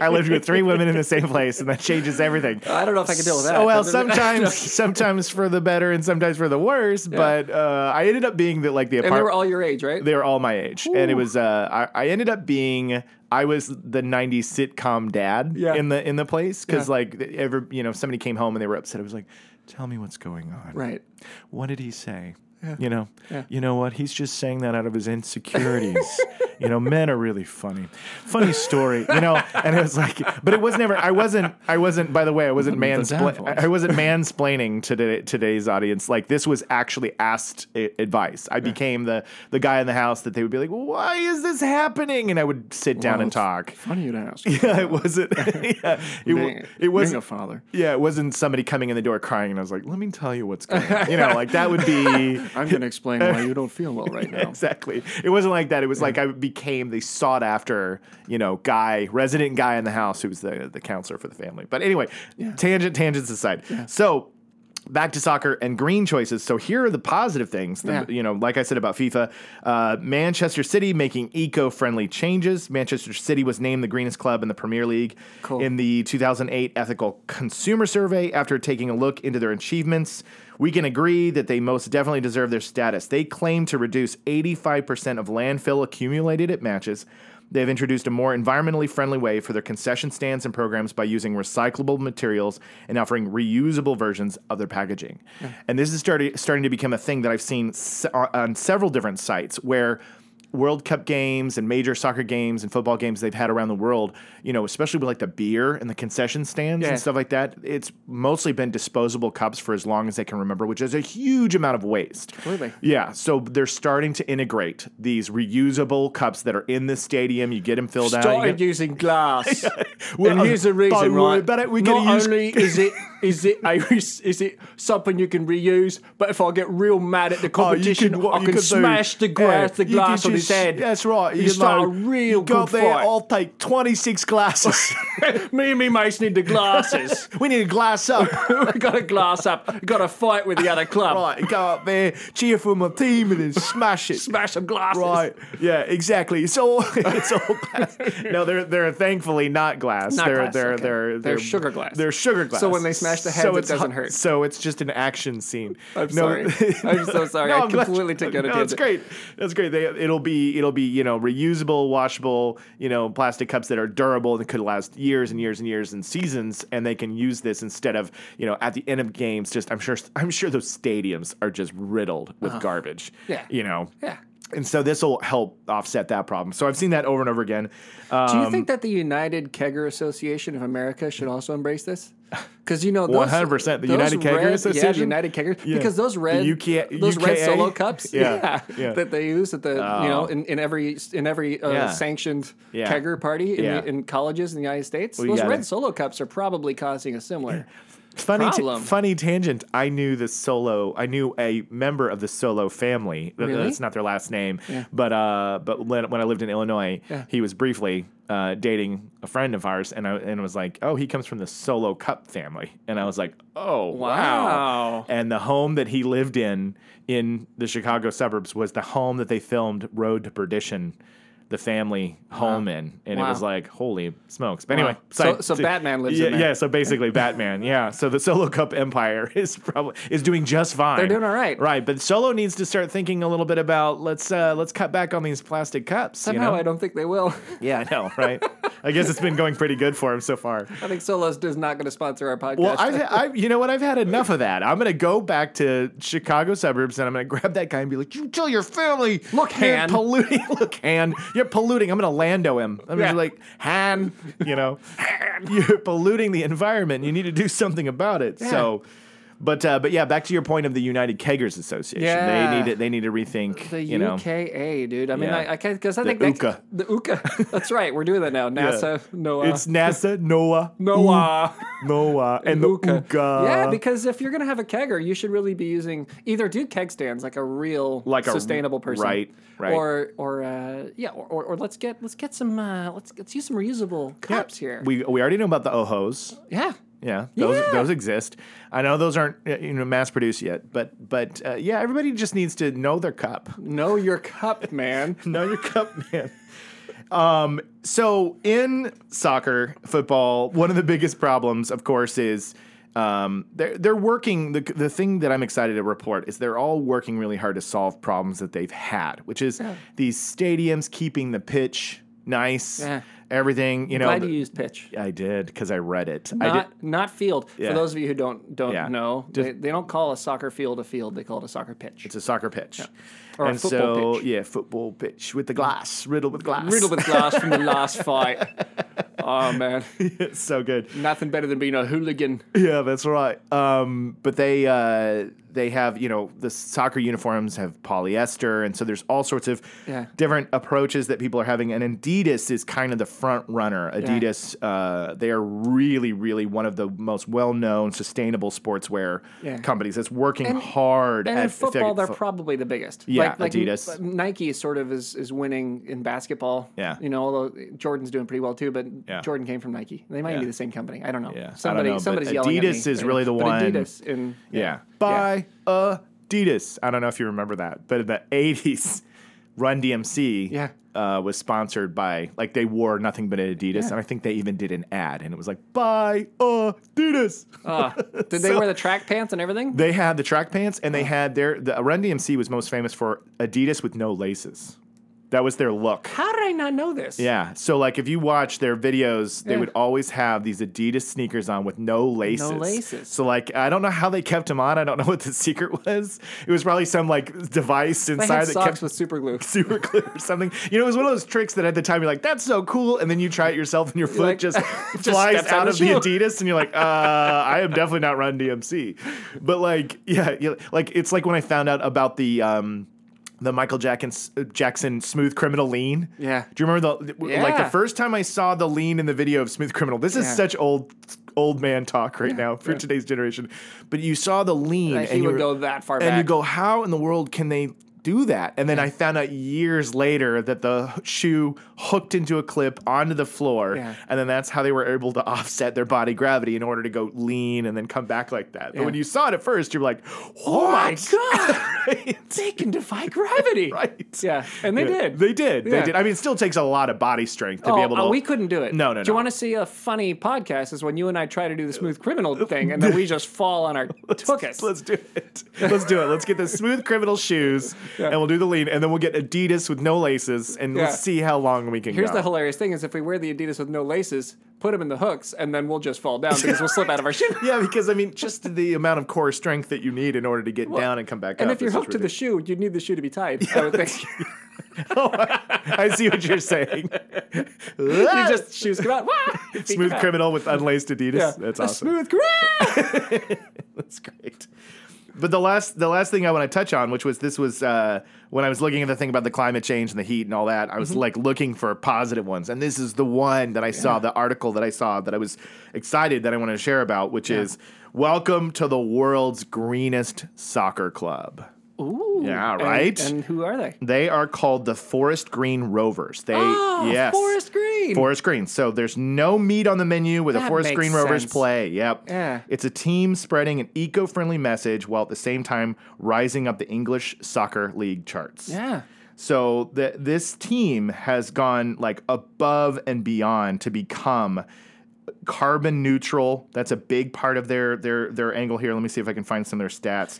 [SPEAKER 3] I lived with three women in the same place, and that changes everything.
[SPEAKER 2] I don't know if I can deal with that.
[SPEAKER 3] So, well,
[SPEAKER 2] But-
[SPEAKER 3] sometimes, sometimes for the better and sometimes for the worse. But uh, I ended up being that like the
[SPEAKER 2] And they were
[SPEAKER 3] apartment.
[SPEAKER 2] all your age, right?
[SPEAKER 3] They were all my age, and it was. Uh, I, I ended up being. I was the '90s sitcom dad
[SPEAKER 2] Yeah.
[SPEAKER 3] in the in the place because
[SPEAKER 2] Yeah.
[SPEAKER 3] like ever you know if somebody came home and they were upset. I was like, "Tell me what's going on."
[SPEAKER 2] right.
[SPEAKER 3] what did he say? You know, you know what? He's just saying that out of his insecurities. you know, men are really funny. Funny story, you know. And it was like, but it was never. I wasn't. I wasn't. By the way, I wasn't
[SPEAKER 5] The
[SPEAKER 3] mansplaining.
[SPEAKER 5] downfalls.
[SPEAKER 3] I wasn't mansplaining to today, today's audience. Like this was actually asked i- advice. I became the the guy in the house that they would be like, "Why is this happening?" And I would sit down and talk.
[SPEAKER 2] Funny you'd ask.
[SPEAKER 3] Yeah, it wasn't. yeah, it, wa-
[SPEAKER 2] Being-
[SPEAKER 3] it
[SPEAKER 2] being a
[SPEAKER 3] wasn't.
[SPEAKER 2] father.
[SPEAKER 3] Yeah, it wasn't somebody coming in the door crying, and I was like, "Let me tell you what's going on." You know, like that would be
[SPEAKER 2] I'm going to explain why you don't feel well right now.
[SPEAKER 3] exactly. It wasn't like that. It was like I became the sought after, you know, guy, resident guy in the house who was the, the counselor for the family. But anyway, tangent, tangents aside. So back to soccer and green choices. So here are the positive things. The-
[SPEAKER 2] Yeah.
[SPEAKER 3] You know, like I said about FIFA, uh, Manchester City making eco friendly changes. Manchester City was named the greenest club in the Premier League
[SPEAKER 2] Cool.
[SPEAKER 3] in the 2008 Ethical Consumer Survey after taking a look into their achievements. We can agree that they most definitely deserve their status. They claim to reduce 85% of landfill accumulated at matches. They've introduced a more environmentally friendly way for their concession stands and programs by using recyclable materials and offering reusable versions of their packaging. And this is starting starting to become a thing that I've seen s- uh, on several different sites where World Cup games and major soccer games and football games they've had around the world, you know, especially with like the beer and the concession stands
[SPEAKER 2] Yeah.
[SPEAKER 3] and stuff like that, it's mostly been disposable cups for as long as they can remember, which is a huge amount of waste.
[SPEAKER 2] Completely.
[SPEAKER 3] Yeah. So they're starting to integrate these reusable cups that are in the stadium. You get them filled out. you
[SPEAKER 2] Started
[SPEAKER 3] get-
[SPEAKER 2] using glass.
[SPEAKER 3] Well,
[SPEAKER 2] and here's the reason,
[SPEAKER 3] don't
[SPEAKER 2] right?
[SPEAKER 3] worry about it, we
[SPEAKER 2] Not
[SPEAKER 3] can use-
[SPEAKER 2] only is it is it a, re- is it something you can reuse, but if I get real mad at the
[SPEAKER 3] Oh, you
[SPEAKER 2] competition,
[SPEAKER 3] could- what
[SPEAKER 2] I
[SPEAKER 3] you
[SPEAKER 2] can
[SPEAKER 3] could do-
[SPEAKER 2] smash the grass,
[SPEAKER 3] yeah,
[SPEAKER 2] the
[SPEAKER 3] you could
[SPEAKER 2] glass on his
[SPEAKER 3] just-
[SPEAKER 2] head.
[SPEAKER 3] That's right.
[SPEAKER 2] You, start
[SPEAKER 3] know,
[SPEAKER 2] a real
[SPEAKER 3] you go
[SPEAKER 2] good
[SPEAKER 3] up there,
[SPEAKER 2] fight.
[SPEAKER 3] I'll take 26 glasses.
[SPEAKER 2] me and me mates need the glasses.
[SPEAKER 3] we need a glass up.
[SPEAKER 2] we got to glass up. We got to fight with the other club.
[SPEAKER 3] right, go up there, cheer for my team, and then smash it.
[SPEAKER 2] Smash some glasses.
[SPEAKER 3] Right. Yeah. Exactly. It's all. It's all glass. No, they're they're thankfully not glass.
[SPEAKER 2] Not
[SPEAKER 3] they're,
[SPEAKER 2] glass,
[SPEAKER 3] They're,
[SPEAKER 2] okay.
[SPEAKER 3] they're
[SPEAKER 2] They're sugar glass.
[SPEAKER 3] They're sugar glass.
[SPEAKER 2] So when they smash the heads, it
[SPEAKER 3] it's
[SPEAKER 2] doesn't
[SPEAKER 3] hu-
[SPEAKER 2] hurt.
[SPEAKER 3] So it's just an action scene.
[SPEAKER 2] I'm sorry. I'm so sorry. I
[SPEAKER 3] I'm glad-
[SPEAKER 2] completely took you on a
[SPEAKER 3] No, it's
[SPEAKER 2] tangent.
[SPEAKER 3] great. That's great. They, it'll be it'll be you know reusable, washable, you know plastic cups that are durable and could last years and years and years and seasons, and they can use this instead of you know at the end of games. Just I'm sure I'm sure those stadiums are just riddled with garbage.
[SPEAKER 2] Uh-huh. Yeah.
[SPEAKER 3] You know.
[SPEAKER 2] Yeah.
[SPEAKER 3] And so this will help offset that problem. So I've seen that over and over again. Um,
[SPEAKER 2] Do you think that the United Kegger Association of America should also embrace this? Because you know, those-
[SPEAKER 3] 100%, the
[SPEAKER 2] those
[SPEAKER 3] United Kegger
[SPEAKER 2] red- yeah, the
[SPEAKER 3] Association?
[SPEAKER 2] United Kegger,
[SPEAKER 3] Yeah.
[SPEAKER 2] because those
[SPEAKER 3] The
[SPEAKER 2] red,
[SPEAKER 3] UK
[SPEAKER 2] those red
[SPEAKER 3] UKA?
[SPEAKER 2] solo cups,
[SPEAKER 3] Yeah,
[SPEAKER 2] yeah,
[SPEAKER 3] yeah. Oh.
[SPEAKER 2] that they use at the you know in, in every in every uh,
[SPEAKER 3] Yeah.
[SPEAKER 2] sanctioned
[SPEAKER 3] Yeah.
[SPEAKER 2] Kegger party in,
[SPEAKER 3] Yeah.
[SPEAKER 2] the, in colleges in the United States,
[SPEAKER 3] Well, you
[SPEAKER 2] those
[SPEAKER 3] gotta-
[SPEAKER 2] red solo cups are probably causing a similar.
[SPEAKER 3] funny, t-
[SPEAKER 2] problem.
[SPEAKER 3] funny tangent. I knew the solo. I knew a member of the solo family. Th-
[SPEAKER 2] Really?
[SPEAKER 3] That's not their last name, but uh, but when, when I lived in Illinois, he was briefly uh, dating a friend of ours, and I and it was like, oh, he comes from the solo cup family, and I was like, oh, wow.
[SPEAKER 2] Wow.
[SPEAKER 3] And the home that he lived in in the Chicago suburbs was the home that they filmed Road to Perdition. The family home in, and it
[SPEAKER 2] Wow.
[SPEAKER 3] was like, holy smokes! But anyway,
[SPEAKER 2] Wow. So- so Batman lives
[SPEAKER 3] yeah,
[SPEAKER 2] in there.
[SPEAKER 3] Yeah, yeah, so basically Batman. Yeah. So the Solo Cup Empire is probably is doing just fine.
[SPEAKER 2] They're doing all right.
[SPEAKER 3] Right, but Solo needs to start thinking a little bit about let's uh let's cut back on these plastic cups,
[SPEAKER 2] Somehow,
[SPEAKER 3] you
[SPEAKER 2] I
[SPEAKER 3] know.
[SPEAKER 2] don't think they will.
[SPEAKER 3] yeah, I know, right? I guess it's been going pretty good for him so far.
[SPEAKER 2] I think Solos is not going to sponsor our podcast.
[SPEAKER 3] Well, I've, I've, you know what? I've had enough of that. I'm going to go back to Chicago suburbs and I'm going to grab that guy and be like, "You tell your family,
[SPEAKER 2] Look,
[SPEAKER 3] you're
[SPEAKER 2] Han."
[SPEAKER 3] polluting. Look, Han, you're polluting. I'm going to Lando him. I'm
[SPEAKER 2] Yeah.
[SPEAKER 3] going to be like, Han, you know, Han, you're polluting the environment. You need to do something about it. So. But uh, but yeah, back to your point of the United Keggers Association. They
[SPEAKER 2] Yeah.
[SPEAKER 3] need to, they need to rethink.
[SPEAKER 2] The
[SPEAKER 3] you know,
[SPEAKER 2] UKA, dude. I mean,
[SPEAKER 3] Yeah.
[SPEAKER 2] I, I can't because I
[SPEAKER 3] The
[SPEAKER 2] think
[SPEAKER 3] UKA.
[SPEAKER 2] That, the UKA. That's right. We're doing that now.
[SPEAKER 3] Yeah.
[SPEAKER 2] NASA, NOAA,
[SPEAKER 3] It's NASA, NOAA,
[SPEAKER 2] NOAA,
[SPEAKER 3] NOAA, and the
[SPEAKER 2] UKA.
[SPEAKER 3] UCA.
[SPEAKER 2] Yeah, because if you're gonna have a kegger, you should really be using either do keg stands like a real
[SPEAKER 3] Like a-
[SPEAKER 2] sustainable person,
[SPEAKER 3] right, right.
[SPEAKER 2] Or or uh, yeah, or, or, or let's get let's get some uh, let's let's use some reusable cups here.
[SPEAKER 3] we we already know about the OHOs.
[SPEAKER 2] yeah.
[SPEAKER 3] Yeah, those
[SPEAKER 2] Yeah.
[SPEAKER 3] those exist. I know those aren't uh, you know mass produced yet, but but uh, yeah, everybody just needs to know their cup.
[SPEAKER 2] Know your cup, man.
[SPEAKER 3] Know your cup, man. Um, so in soccer, football, one of the biggest problems, of course, is um, they're they're working. The the thing that I'm excited to report is they're all working really hard to solve problems that they've had, which is these stadiums keeping the pitch nice
[SPEAKER 2] Yeah.
[SPEAKER 3] everything. You know,
[SPEAKER 2] Glad
[SPEAKER 3] the-
[SPEAKER 2] you used pitch.
[SPEAKER 3] I did because I read it. I did.
[SPEAKER 2] Not, not field.
[SPEAKER 3] Yeah.
[SPEAKER 2] For those of you who don't don't
[SPEAKER 3] Yeah.
[SPEAKER 2] know,
[SPEAKER 3] Just-
[SPEAKER 2] they, they don't call a soccer field a field. They call it a soccer pitch.
[SPEAKER 3] It's a soccer pitch.
[SPEAKER 2] Or a
[SPEAKER 3] and
[SPEAKER 2] football
[SPEAKER 3] so,
[SPEAKER 2] pitch.
[SPEAKER 3] yeah, football pitch with the glass, riddled with glass.
[SPEAKER 2] riddled with glass from the last fight. Oh man,
[SPEAKER 3] it's so good.
[SPEAKER 2] nothing better than being a hooligan.
[SPEAKER 3] Yeah, that's right. Um, but they uh, they have you know the soccer uniforms have polyester, and so there's all sorts of
[SPEAKER 2] Yeah.
[SPEAKER 3] different approaches that people are having. And Adidas is kind of the front runner. Adidas, uh, they are really, really one of the most well known sustainable sportswear
[SPEAKER 2] Yeah.
[SPEAKER 3] companies that's working hard
[SPEAKER 2] And
[SPEAKER 3] at
[SPEAKER 2] in football, they're
[SPEAKER 3] fo-
[SPEAKER 2] probably the biggest.
[SPEAKER 3] Yeah,
[SPEAKER 2] like, like
[SPEAKER 3] Adidas.
[SPEAKER 2] Nike sort of is, is winning in basketball.
[SPEAKER 3] Yeah.
[SPEAKER 2] you know, although Jordan's doing pretty well too, but
[SPEAKER 3] Yeah.
[SPEAKER 2] Jordan came from Nike. They might be the same company. I don't know.
[SPEAKER 3] Yeah. I don't
[SPEAKER 2] Somebody,
[SPEAKER 3] know, but
[SPEAKER 2] somebody's yelling at
[SPEAKER 3] Adidas
[SPEAKER 2] me.
[SPEAKER 3] is really the
[SPEAKER 2] But
[SPEAKER 3] one-
[SPEAKER 2] Adidas in
[SPEAKER 3] Yeah. By Adidas. I don't know if you remember that, but in the 80s, Run DMC
[SPEAKER 2] Yeah.
[SPEAKER 3] uh, was sponsored by, like, they wore nothing but Adidas. And I think they even did an ad, and it was like, by Adidas.
[SPEAKER 2] Ah, did they
[SPEAKER 3] So-
[SPEAKER 2] wear the track pants and everything?
[SPEAKER 3] They had the track pants, and they had their, the Run DMC was most famous for Adidas with no laces. That was their look.
[SPEAKER 2] How did I not know this?
[SPEAKER 3] Yeah. So, like, if you watch their videos, they
[SPEAKER 2] Yeah.
[SPEAKER 3] would always have these Adidas sneakers on with no laces.
[SPEAKER 2] laces.
[SPEAKER 3] So, like, I don't know how they kept them on. I don't know what the secret was. It was probably some, like, device
[SPEAKER 2] they
[SPEAKER 3] inside
[SPEAKER 2] had
[SPEAKER 3] that
[SPEAKER 2] socks
[SPEAKER 3] kept
[SPEAKER 2] with super glue.
[SPEAKER 3] super glue or something. You know, it was one of those tricks that at the time you're like, that's so cool. And then you try it yourself and your foot
[SPEAKER 2] like-
[SPEAKER 3] just,
[SPEAKER 2] just
[SPEAKER 3] flies
[SPEAKER 2] steps on
[SPEAKER 3] out
[SPEAKER 2] the
[SPEAKER 3] of the
[SPEAKER 2] shoe.
[SPEAKER 3] Adidas and you're like, uh, I am definitely not Run DMC. But like, yeah, yeah, like it's like when I found out about the, um, the Michael Jackson, Jackson Smooth Criminal lean.
[SPEAKER 2] Yeah.
[SPEAKER 3] Do you remember the like the
[SPEAKER 2] Yeah.
[SPEAKER 3] first time I saw the lean in the video of Smooth Criminal? This is
[SPEAKER 2] Yeah.
[SPEAKER 3] such old old man talk right now for today's generation. But you saw the lean
[SPEAKER 2] Like,
[SPEAKER 3] and
[SPEAKER 2] he
[SPEAKER 3] you
[SPEAKER 2] would
[SPEAKER 3] were-
[SPEAKER 2] go that far
[SPEAKER 3] and you
[SPEAKER 2] back.
[SPEAKER 3] go, how in the world can they do that? And then I found out years later that the shoe hooked into a clip onto the floor,
[SPEAKER 2] Yeah.
[SPEAKER 3] and then that's how they were able to offset their body gravity in order to go lean and then come back like that. But
[SPEAKER 2] Yeah.
[SPEAKER 3] when you saw it at first, you were like,
[SPEAKER 2] Oh my
[SPEAKER 3] "What?"
[SPEAKER 2] god!
[SPEAKER 3] Right?
[SPEAKER 2] they can defy gravity.
[SPEAKER 3] Right.
[SPEAKER 2] Yeah, and they
[SPEAKER 3] Yeah,
[SPEAKER 2] did.
[SPEAKER 3] They did. They
[SPEAKER 2] Yeah.
[SPEAKER 3] did. I mean, it still takes a lot of body strength to
[SPEAKER 2] oh,
[SPEAKER 3] be able to.
[SPEAKER 2] oh, we couldn't do it.
[SPEAKER 3] No, no,
[SPEAKER 2] Do you
[SPEAKER 3] no.
[SPEAKER 2] want to see a funny podcast? Is when you and I try to do the smooth criminal thing, and then we just fall on our tuchus.
[SPEAKER 3] Let's do it. Let's do it. Let's get the smooth criminal shoes, and we'll do the lean, and then we'll get Adidas with no laces, and
[SPEAKER 2] Yeah.
[SPEAKER 3] let's see how long we can
[SPEAKER 2] Here's
[SPEAKER 3] go.
[SPEAKER 2] the hilarious thing: is if we wear the Adidas with no laces, put them in the hooks, and then we'll just fall down because we'll slip out of our shoe.
[SPEAKER 3] yeah, because I mean, just the amount of core strength that you need in order to get down and come back
[SPEAKER 2] And
[SPEAKER 3] up.
[SPEAKER 2] if you're
[SPEAKER 3] is just
[SPEAKER 2] hooked to the shoe, you'd need the shoe to be tied. I would think.
[SPEAKER 3] ridiculous. Oh, I see what you're saying.
[SPEAKER 2] you just shoes come out. Wah! Feet come
[SPEAKER 3] smooth
[SPEAKER 2] out.
[SPEAKER 3] criminal with unlaced Adidas.
[SPEAKER 2] Yeah.
[SPEAKER 3] That's
[SPEAKER 2] A
[SPEAKER 3] awesome.
[SPEAKER 2] Smooth criminal.
[SPEAKER 3] That's great. But the last the last thing I want to touch on, which was this was uh, when I was looking at the thing about the climate change and the heat and all that, I was
[SPEAKER 2] Mm-hmm.
[SPEAKER 3] like looking for positive ones, and this is the one that I saw the article that I saw that I was excited that I wanted to share about, which is welcome to the world's greenest soccer club.
[SPEAKER 2] Ooh.
[SPEAKER 3] Yeah,
[SPEAKER 2] And-
[SPEAKER 3] right?
[SPEAKER 2] And, who are they?
[SPEAKER 3] They are called the Forest Green Rovers. They
[SPEAKER 2] Oh,
[SPEAKER 3] yes.
[SPEAKER 2] Forest Green.
[SPEAKER 3] Forest Green. So there's no meat on the menu where the
[SPEAKER 2] That
[SPEAKER 3] Forest
[SPEAKER 2] makes
[SPEAKER 3] Green Rovers
[SPEAKER 2] sense.
[SPEAKER 3] play. Yep.
[SPEAKER 2] Yeah.
[SPEAKER 3] It's a team spreading an eco friendly message while at the same time rising up the English Soccer League charts.
[SPEAKER 2] yeah.
[SPEAKER 3] So the, this team has gone like above and beyond to become carbon neutral. That's a big part of their their their angle here. Let me see if I can find some of their stats.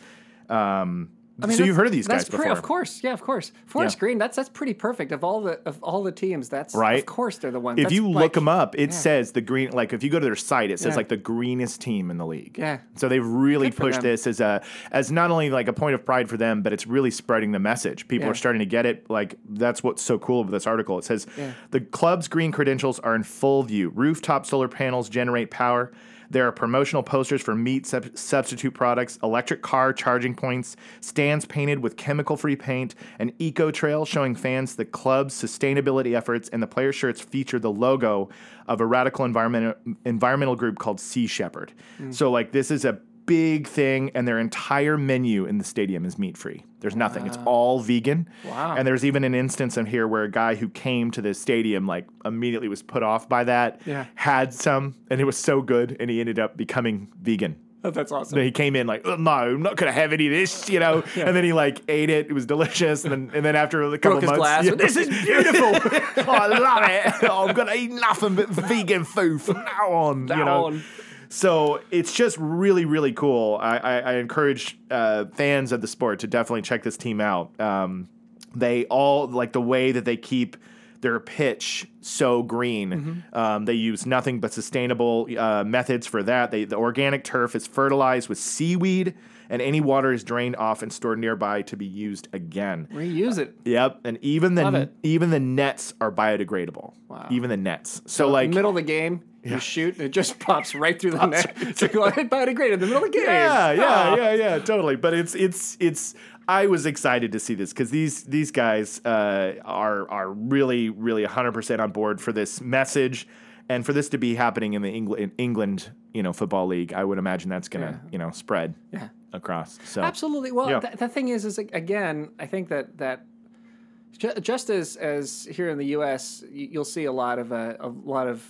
[SPEAKER 3] Um, so
[SPEAKER 2] that's-
[SPEAKER 3] you've heard of these
[SPEAKER 2] that's
[SPEAKER 3] guys
[SPEAKER 2] pre-
[SPEAKER 3] before?
[SPEAKER 2] of course, yeah, of course. Forest
[SPEAKER 3] Yeah.
[SPEAKER 2] Green, that's that's pretty perfect of all the of all the teams. That's
[SPEAKER 3] Right.
[SPEAKER 2] Of course, they're the ones.
[SPEAKER 3] if
[SPEAKER 2] That's
[SPEAKER 3] you
[SPEAKER 2] like-
[SPEAKER 3] look them up, it says the green. Like if you go to their site, it says
[SPEAKER 2] Yeah.
[SPEAKER 3] like the greenest team in the league.
[SPEAKER 2] Yeah.
[SPEAKER 3] So they've really
[SPEAKER 2] Good for
[SPEAKER 3] pushed
[SPEAKER 2] them.
[SPEAKER 3] this as a as not only like a point of pride for them, but it's really spreading the message. People
[SPEAKER 2] Yeah.
[SPEAKER 3] are starting to get it. Like that's what's so cool about this article. It says
[SPEAKER 2] Yeah.
[SPEAKER 3] the club's green credentials are in full view. Rooftop solar panels generate power. There are promotional posters for meat sub- substitute products, electric car charging points, stands painted with chemical free paint, an eco trail showing fans the club's sustainability efforts, and the player shirts feature the logo of a radical environmental environmental group called Sea Shepherd.
[SPEAKER 2] Mm.
[SPEAKER 3] So, like, this is a big thing, and their entire menu in the stadium is meat free. There's nothing, it's all vegan.
[SPEAKER 2] Wow.
[SPEAKER 3] And there's even an instance in here where a guy who came to the stadium, like, immediately was put off by that,
[SPEAKER 2] Yeah.
[SPEAKER 3] had some, and it was so good, and he ended up becoming vegan.
[SPEAKER 2] Oh, that's awesome.
[SPEAKER 3] So he came in like, oh, no, I'm not gonna have any of this, you know. And then he like ate it; it was delicious. And then, and then after a couple
[SPEAKER 2] Broke
[SPEAKER 3] months,
[SPEAKER 2] his glass.
[SPEAKER 3] yeah.
[SPEAKER 2] This is beautiful.
[SPEAKER 3] Oh, I love it. Oh, I'm gonna eat nothing but vegan food from now on. you
[SPEAKER 2] Now
[SPEAKER 3] know?
[SPEAKER 2] on.
[SPEAKER 3] So it's just really, really cool. I, I, I encourage uh, fans of the sport to definitely check this team out. Um, they all like the way that they keep their pitch so green. Um, they use nothing but sustainable uh, methods for that. They, the organic turf is fertilized with seaweed, and any water is drained off and stored nearby to be used again.
[SPEAKER 2] Reuse it.
[SPEAKER 3] Yep, and even
[SPEAKER 2] Love
[SPEAKER 3] the
[SPEAKER 2] it.
[SPEAKER 3] even the nets are biodegradable. Wow. Even the nets. So like
[SPEAKER 2] middle of the game, you shoot, and it just pops right through the net. It's like, well, it biodegraded in the middle of the game.
[SPEAKER 3] Yeah, yeah,
[SPEAKER 2] Ah.
[SPEAKER 3] yeah, yeah, totally. But it's it's it's. I was excited to see this because these these guys uh, are are really really 100 percent on board for this message, and for this to be happening in the Engl- in England you know football league, I would imagine that's gonna you know spread across. So
[SPEAKER 2] Absolutely. Well,
[SPEAKER 3] Yeah.
[SPEAKER 2] th- the thing is, is like, again, I think that that ju- just as as here in the U.S., y- you'll see a lot of uh, a lot of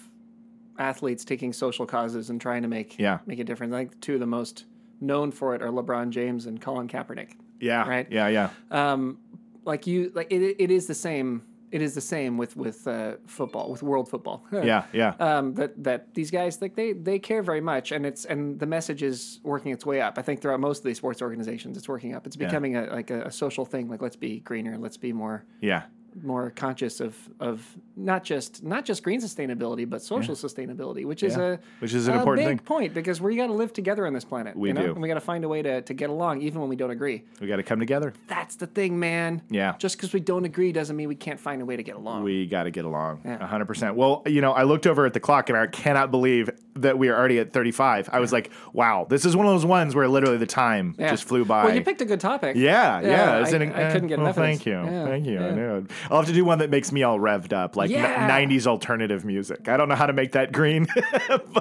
[SPEAKER 2] athletes taking social causes and trying to make
[SPEAKER 3] Yeah.
[SPEAKER 2] make a difference. I think the two of the most known for it are LeBron James and Colin Kaepernick.
[SPEAKER 3] yeah,
[SPEAKER 2] Right.
[SPEAKER 3] yeah, yeah,
[SPEAKER 2] Um, like you, like it, it is the same. It is the same with with uh, football, with world football.
[SPEAKER 3] yeah, yeah.
[SPEAKER 2] um, that that these guys like they they care very much, and it's and the message is working its way up. I think throughout most of these sports organizations, it's working up. It's becoming a like a, a social thing. Like let's be greener, let's be more
[SPEAKER 3] yeah.
[SPEAKER 2] more conscious of of not just not just green sustainability, but social sustainability, which is
[SPEAKER 3] Yeah.
[SPEAKER 2] a
[SPEAKER 3] Which is an
[SPEAKER 2] a
[SPEAKER 3] important
[SPEAKER 2] big
[SPEAKER 3] thing.
[SPEAKER 2] point because we got to live together on this planet.
[SPEAKER 3] We
[SPEAKER 2] you know?
[SPEAKER 3] do.
[SPEAKER 2] and we got to find a way to to get along even when we don't agree.
[SPEAKER 3] We got to come together.
[SPEAKER 2] That's the thing, man.
[SPEAKER 3] Yeah.
[SPEAKER 2] just because we don't agree doesn't mean we can't find a way to get along.
[SPEAKER 3] We got to get along. a 100%. Well, you know, I looked over at the clock and I cannot believe that we are already at 35. I was like, wow, this is one of those ones where literally the time
[SPEAKER 2] Yeah.
[SPEAKER 3] just flew by.
[SPEAKER 2] Well, you picked a good topic.
[SPEAKER 3] yeah, yeah.
[SPEAKER 2] Yeah,
[SPEAKER 3] it's
[SPEAKER 2] I-
[SPEAKER 3] an-
[SPEAKER 2] I couldn't get
[SPEAKER 3] well,
[SPEAKER 2] enough of
[SPEAKER 3] Thank
[SPEAKER 2] this.
[SPEAKER 3] you.
[SPEAKER 2] Yeah,
[SPEAKER 3] Thank you. I
[SPEAKER 2] yeah.
[SPEAKER 3] know. I'll have to do one that makes me all revved up, like n-
[SPEAKER 2] Yeah.
[SPEAKER 3] 90s alternative music. I don't know how to make that green. but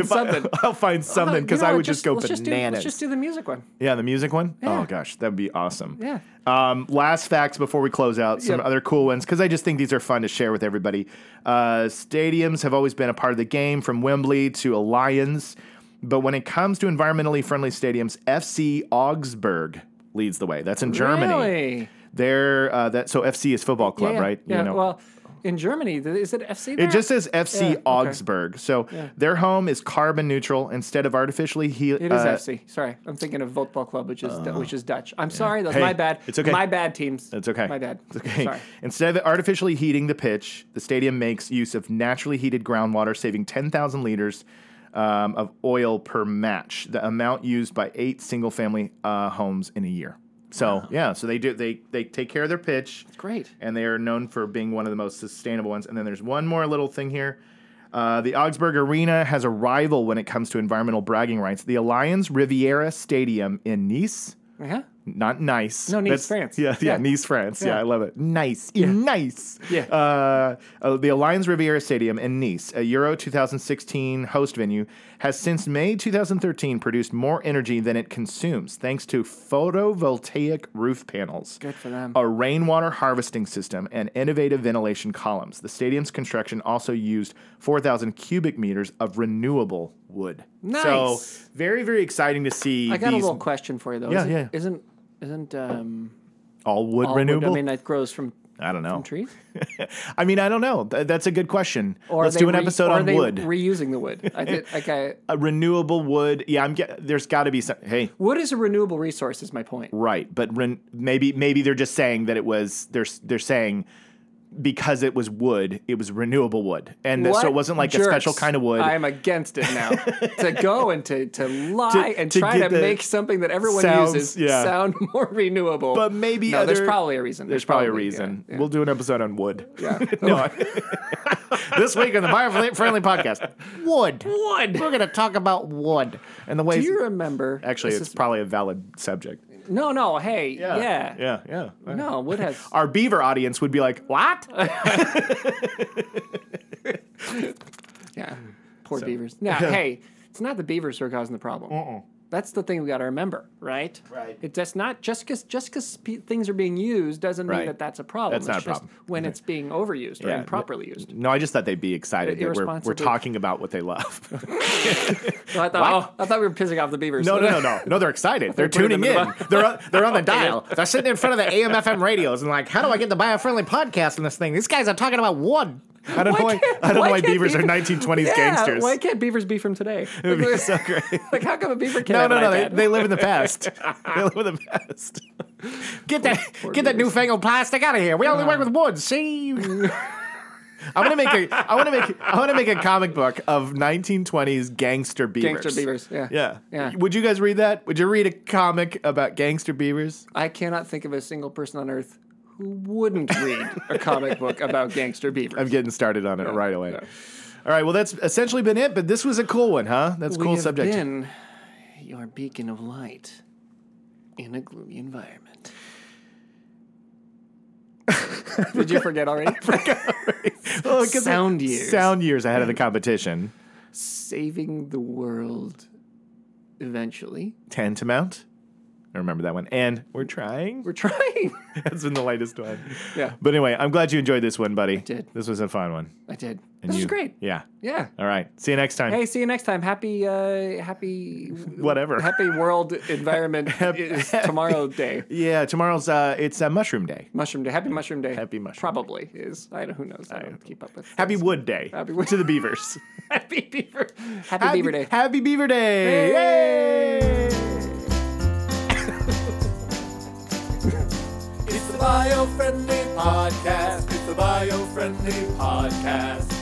[SPEAKER 3] if I-
[SPEAKER 2] something.
[SPEAKER 3] I'll find
[SPEAKER 2] Oh,
[SPEAKER 3] something
[SPEAKER 2] you
[SPEAKER 3] because
[SPEAKER 2] know
[SPEAKER 3] I
[SPEAKER 2] what?
[SPEAKER 3] would just, go
[SPEAKER 2] let's
[SPEAKER 3] bananas.
[SPEAKER 2] Just do, let's just do the music one.
[SPEAKER 3] Yeah, the music one. Oh
[SPEAKER 2] Yeah.
[SPEAKER 3] gosh, that'd be awesome.
[SPEAKER 2] Yeah.
[SPEAKER 3] Um, last facts before we close out. Some
[SPEAKER 2] Yep.
[SPEAKER 3] other cool ones because I just think these are fun to share with everybody. Uh, stadiums have always been a part of the game, from Wembley to Allianz. But when it comes to environmentally friendly stadiums, FC Augsburg leads the way. That's in Germany.
[SPEAKER 2] Really?
[SPEAKER 3] They're uh, that so FC is football club,
[SPEAKER 2] yeah,
[SPEAKER 3] right?
[SPEAKER 2] Yeah. Well, in Germany, th- is it FC? There?
[SPEAKER 3] It just says FC
[SPEAKER 2] Yeah, okay.
[SPEAKER 3] Augsburg. So their home is carbon neutral instead of artificially uh, heat.
[SPEAKER 2] It is FC. Sorry, I'm thinking of Voetbal Club, which is which is Dutch. I'm sorry, that's
[SPEAKER 3] Uh, Hey,
[SPEAKER 2] my bad.
[SPEAKER 3] it's okay.
[SPEAKER 2] My bad, teams.
[SPEAKER 3] It's okay.
[SPEAKER 2] My bad.
[SPEAKER 3] It's okay.
[SPEAKER 2] Sorry.
[SPEAKER 3] Instead of artificially heating the pitch, the stadium makes use of naturally heated groundwater, saving 10,000 liters um, of oil per match, the amount used by eight single-family uh, homes in a year. So yeah, so they do they they take care of their pitch. That's
[SPEAKER 2] great.
[SPEAKER 3] And they are known for being one of the most sustainable ones. And then there's one more little thing here. Uh, the Augsburg Arena has a rival when it comes to environmental bragging rights. The Alliance Riviera Stadium in Nice
[SPEAKER 2] Yeah.
[SPEAKER 3] not nice.
[SPEAKER 2] No, Nice, France.
[SPEAKER 3] Yeah, yeah,
[SPEAKER 2] Yeah.
[SPEAKER 3] Nice, France. Yeah.
[SPEAKER 2] Yeah.
[SPEAKER 3] I love it. Nice, in nice.
[SPEAKER 2] Yeah.
[SPEAKER 3] Uh, uh, the Alliance Riviera Stadium in Nice, a Euro 2016 host venue, has since May 2013 produced more energy than it consumes, thanks to photovoltaic roof panels.
[SPEAKER 2] Good for them.
[SPEAKER 3] A rainwater harvesting system and innovative ventilation columns. The stadium's construction also used 4,000 cubic meters of renewable wood. So,
[SPEAKER 2] Nice.
[SPEAKER 3] very, very exciting to see
[SPEAKER 2] I got a
[SPEAKER 3] these
[SPEAKER 2] little question for you though.
[SPEAKER 3] Yeah,
[SPEAKER 2] isn't,
[SPEAKER 3] yeah.
[SPEAKER 2] Isn't isn't um
[SPEAKER 3] all wood
[SPEAKER 2] all wood-
[SPEAKER 3] renewable.
[SPEAKER 2] I mean, that grows from
[SPEAKER 3] I don't know.
[SPEAKER 2] trees.
[SPEAKER 3] I mean, I don't know. Th- that's a good question.
[SPEAKER 2] Or are
[SPEAKER 3] Let's
[SPEAKER 2] they
[SPEAKER 3] do an
[SPEAKER 2] re-
[SPEAKER 3] episode
[SPEAKER 2] or are
[SPEAKER 3] on
[SPEAKER 2] they
[SPEAKER 3] wood.
[SPEAKER 2] Reusing the wood. I did. Like I,
[SPEAKER 3] a renewable wood. Yeah, I'm. Get, there's got to be some. Hey,
[SPEAKER 2] wood is a renewable resource. Is my point.
[SPEAKER 3] right. But ren- maybe maybe they're just saying that it was. They're s- they're saying because it was wood, it was renewable wood, and th- so it
[SPEAKER 2] What
[SPEAKER 3] wasn't like a
[SPEAKER 2] jerks.
[SPEAKER 3] special kind of wood.
[SPEAKER 2] I'm against it now. to go and to, to lie
[SPEAKER 3] To-
[SPEAKER 2] and
[SPEAKER 3] to
[SPEAKER 2] try
[SPEAKER 3] get
[SPEAKER 2] to
[SPEAKER 3] the
[SPEAKER 2] make something that everyone
[SPEAKER 3] sounds-
[SPEAKER 2] uses
[SPEAKER 3] yeah.
[SPEAKER 2] sound more renewable.
[SPEAKER 3] But maybe
[SPEAKER 2] no, there's
[SPEAKER 3] other-
[SPEAKER 2] probably a reason.
[SPEAKER 3] there's probably a reason.
[SPEAKER 2] yeah, yeah.
[SPEAKER 3] We'll do an episode on wood.
[SPEAKER 2] Yeah.
[SPEAKER 3] no, I- this week on the Bio-Friendly Podcast,
[SPEAKER 4] Wood.
[SPEAKER 2] Wood.
[SPEAKER 4] We're going to talk about wood.
[SPEAKER 3] and the way.
[SPEAKER 2] Do you remember?
[SPEAKER 3] Actually,
[SPEAKER 2] this
[SPEAKER 3] it's probably a valid subject.
[SPEAKER 2] is- no, no. Hey, yeah,
[SPEAKER 3] yeah, yeah.
[SPEAKER 2] No, wood has.
[SPEAKER 3] Our beaver audience would be like, "What?"
[SPEAKER 2] Yeah, poor beavers. Now, Hmm. hey, it's not the beavers who are causing the problem. That's the thing we got to remember, right?
[SPEAKER 3] Right.
[SPEAKER 2] It's just not just because just because pe- things are being used doesn't
[SPEAKER 3] Right.
[SPEAKER 2] mean that that's a problem.
[SPEAKER 3] That's not
[SPEAKER 2] It's
[SPEAKER 3] a
[SPEAKER 2] just
[SPEAKER 3] problem.
[SPEAKER 2] When it's being overused or
[SPEAKER 3] Yeah.
[SPEAKER 2] improperly used.
[SPEAKER 3] No, I just thought they'd be excited that we're, we're
[SPEAKER 2] Irresponsibly.
[SPEAKER 3] talking about what they love.
[SPEAKER 2] So I thought, oh, I thought we were pissing off the beavers.
[SPEAKER 3] No, no, no, no. No, they're excited. They're
[SPEAKER 2] Put it
[SPEAKER 3] tuning
[SPEAKER 2] in the
[SPEAKER 3] in.
[SPEAKER 2] box.
[SPEAKER 3] They're on, they're on the dial. They're sitting in front of the AM/FM radios and like, how do I get the bio-friendly podcast in this thing? These guys are talking about wood. I don't know why.
[SPEAKER 2] can't-
[SPEAKER 3] I don't know why
[SPEAKER 2] can't
[SPEAKER 3] beavers are
[SPEAKER 2] beaver-
[SPEAKER 3] 1920s
[SPEAKER 2] yeah,
[SPEAKER 3] gangsters.
[SPEAKER 2] Why can't beavers be from today? Like,
[SPEAKER 3] so great.
[SPEAKER 2] like, how come a beaver can't?
[SPEAKER 3] No,
[SPEAKER 2] have
[SPEAKER 3] no,
[SPEAKER 2] an
[SPEAKER 3] no. They,
[SPEAKER 2] iPad?
[SPEAKER 3] they live in the past. they live in the past.
[SPEAKER 4] Get that get that newfangled plastic out of here. We only work with wood. See,
[SPEAKER 3] I want to make a. I want to make. I want to make a comic book of 1920s gangster beavers.
[SPEAKER 2] Gangster beavers. Yeah.
[SPEAKER 3] Yeah.
[SPEAKER 2] Yeah.
[SPEAKER 3] Would you guys read that? Would you read a comic about gangster beavers?
[SPEAKER 2] I cannot think of a single person on earth who wouldn't read a comic book about gangster beavers.
[SPEAKER 3] I'm getting started on it right away. All right. Well, that's essentially been it. But this was a cool one, huh? That's a
[SPEAKER 2] we
[SPEAKER 3] cool
[SPEAKER 2] have
[SPEAKER 3] subject.
[SPEAKER 2] been your beacon of light in a gloomy environment. Did you forget already?
[SPEAKER 3] Oh, 'cause
[SPEAKER 2] Sound
[SPEAKER 3] I-
[SPEAKER 2] years.
[SPEAKER 3] Sound years ahead of the competition.
[SPEAKER 2] Saving the world eventually.
[SPEAKER 3] Tantamount. I remember that one. And we're trying.
[SPEAKER 2] We're trying.
[SPEAKER 3] That's been the latest one.
[SPEAKER 2] Yeah.
[SPEAKER 3] But anyway, I'm glad you enjoyed this one, buddy.
[SPEAKER 2] did.
[SPEAKER 3] This was a fun one.
[SPEAKER 2] I did.
[SPEAKER 3] And
[SPEAKER 2] this
[SPEAKER 3] you-
[SPEAKER 2] is great.
[SPEAKER 3] Yeah.
[SPEAKER 2] Yeah.
[SPEAKER 3] All right. See you next time.
[SPEAKER 2] Hey, see you next time. Happy, uh, happy,
[SPEAKER 3] Whatever.
[SPEAKER 2] Happy world environment is tomorrow day.
[SPEAKER 3] Yeah. Tomorrow's uh, it's uh, Mushroom Day.
[SPEAKER 2] Mushroom day. Happy mushroom day.
[SPEAKER 3] Happy mushroom day.
[SPEAKER 2] Probably is. I don't. Who knows? I don't keep up with.
[SPEAKER 3] Happy Wood Day.
[SPEAKER 2] Happy Wood-
[SPEAKER 3] to the beavers.
[SPEAKER 2] happy beaver. Happy, beaver day.
[SPEAKER 3] Happy Beaver Day. Yay!
[SPEAKER 1] It's the bio friendly podcast. It's the bio friendly podcast.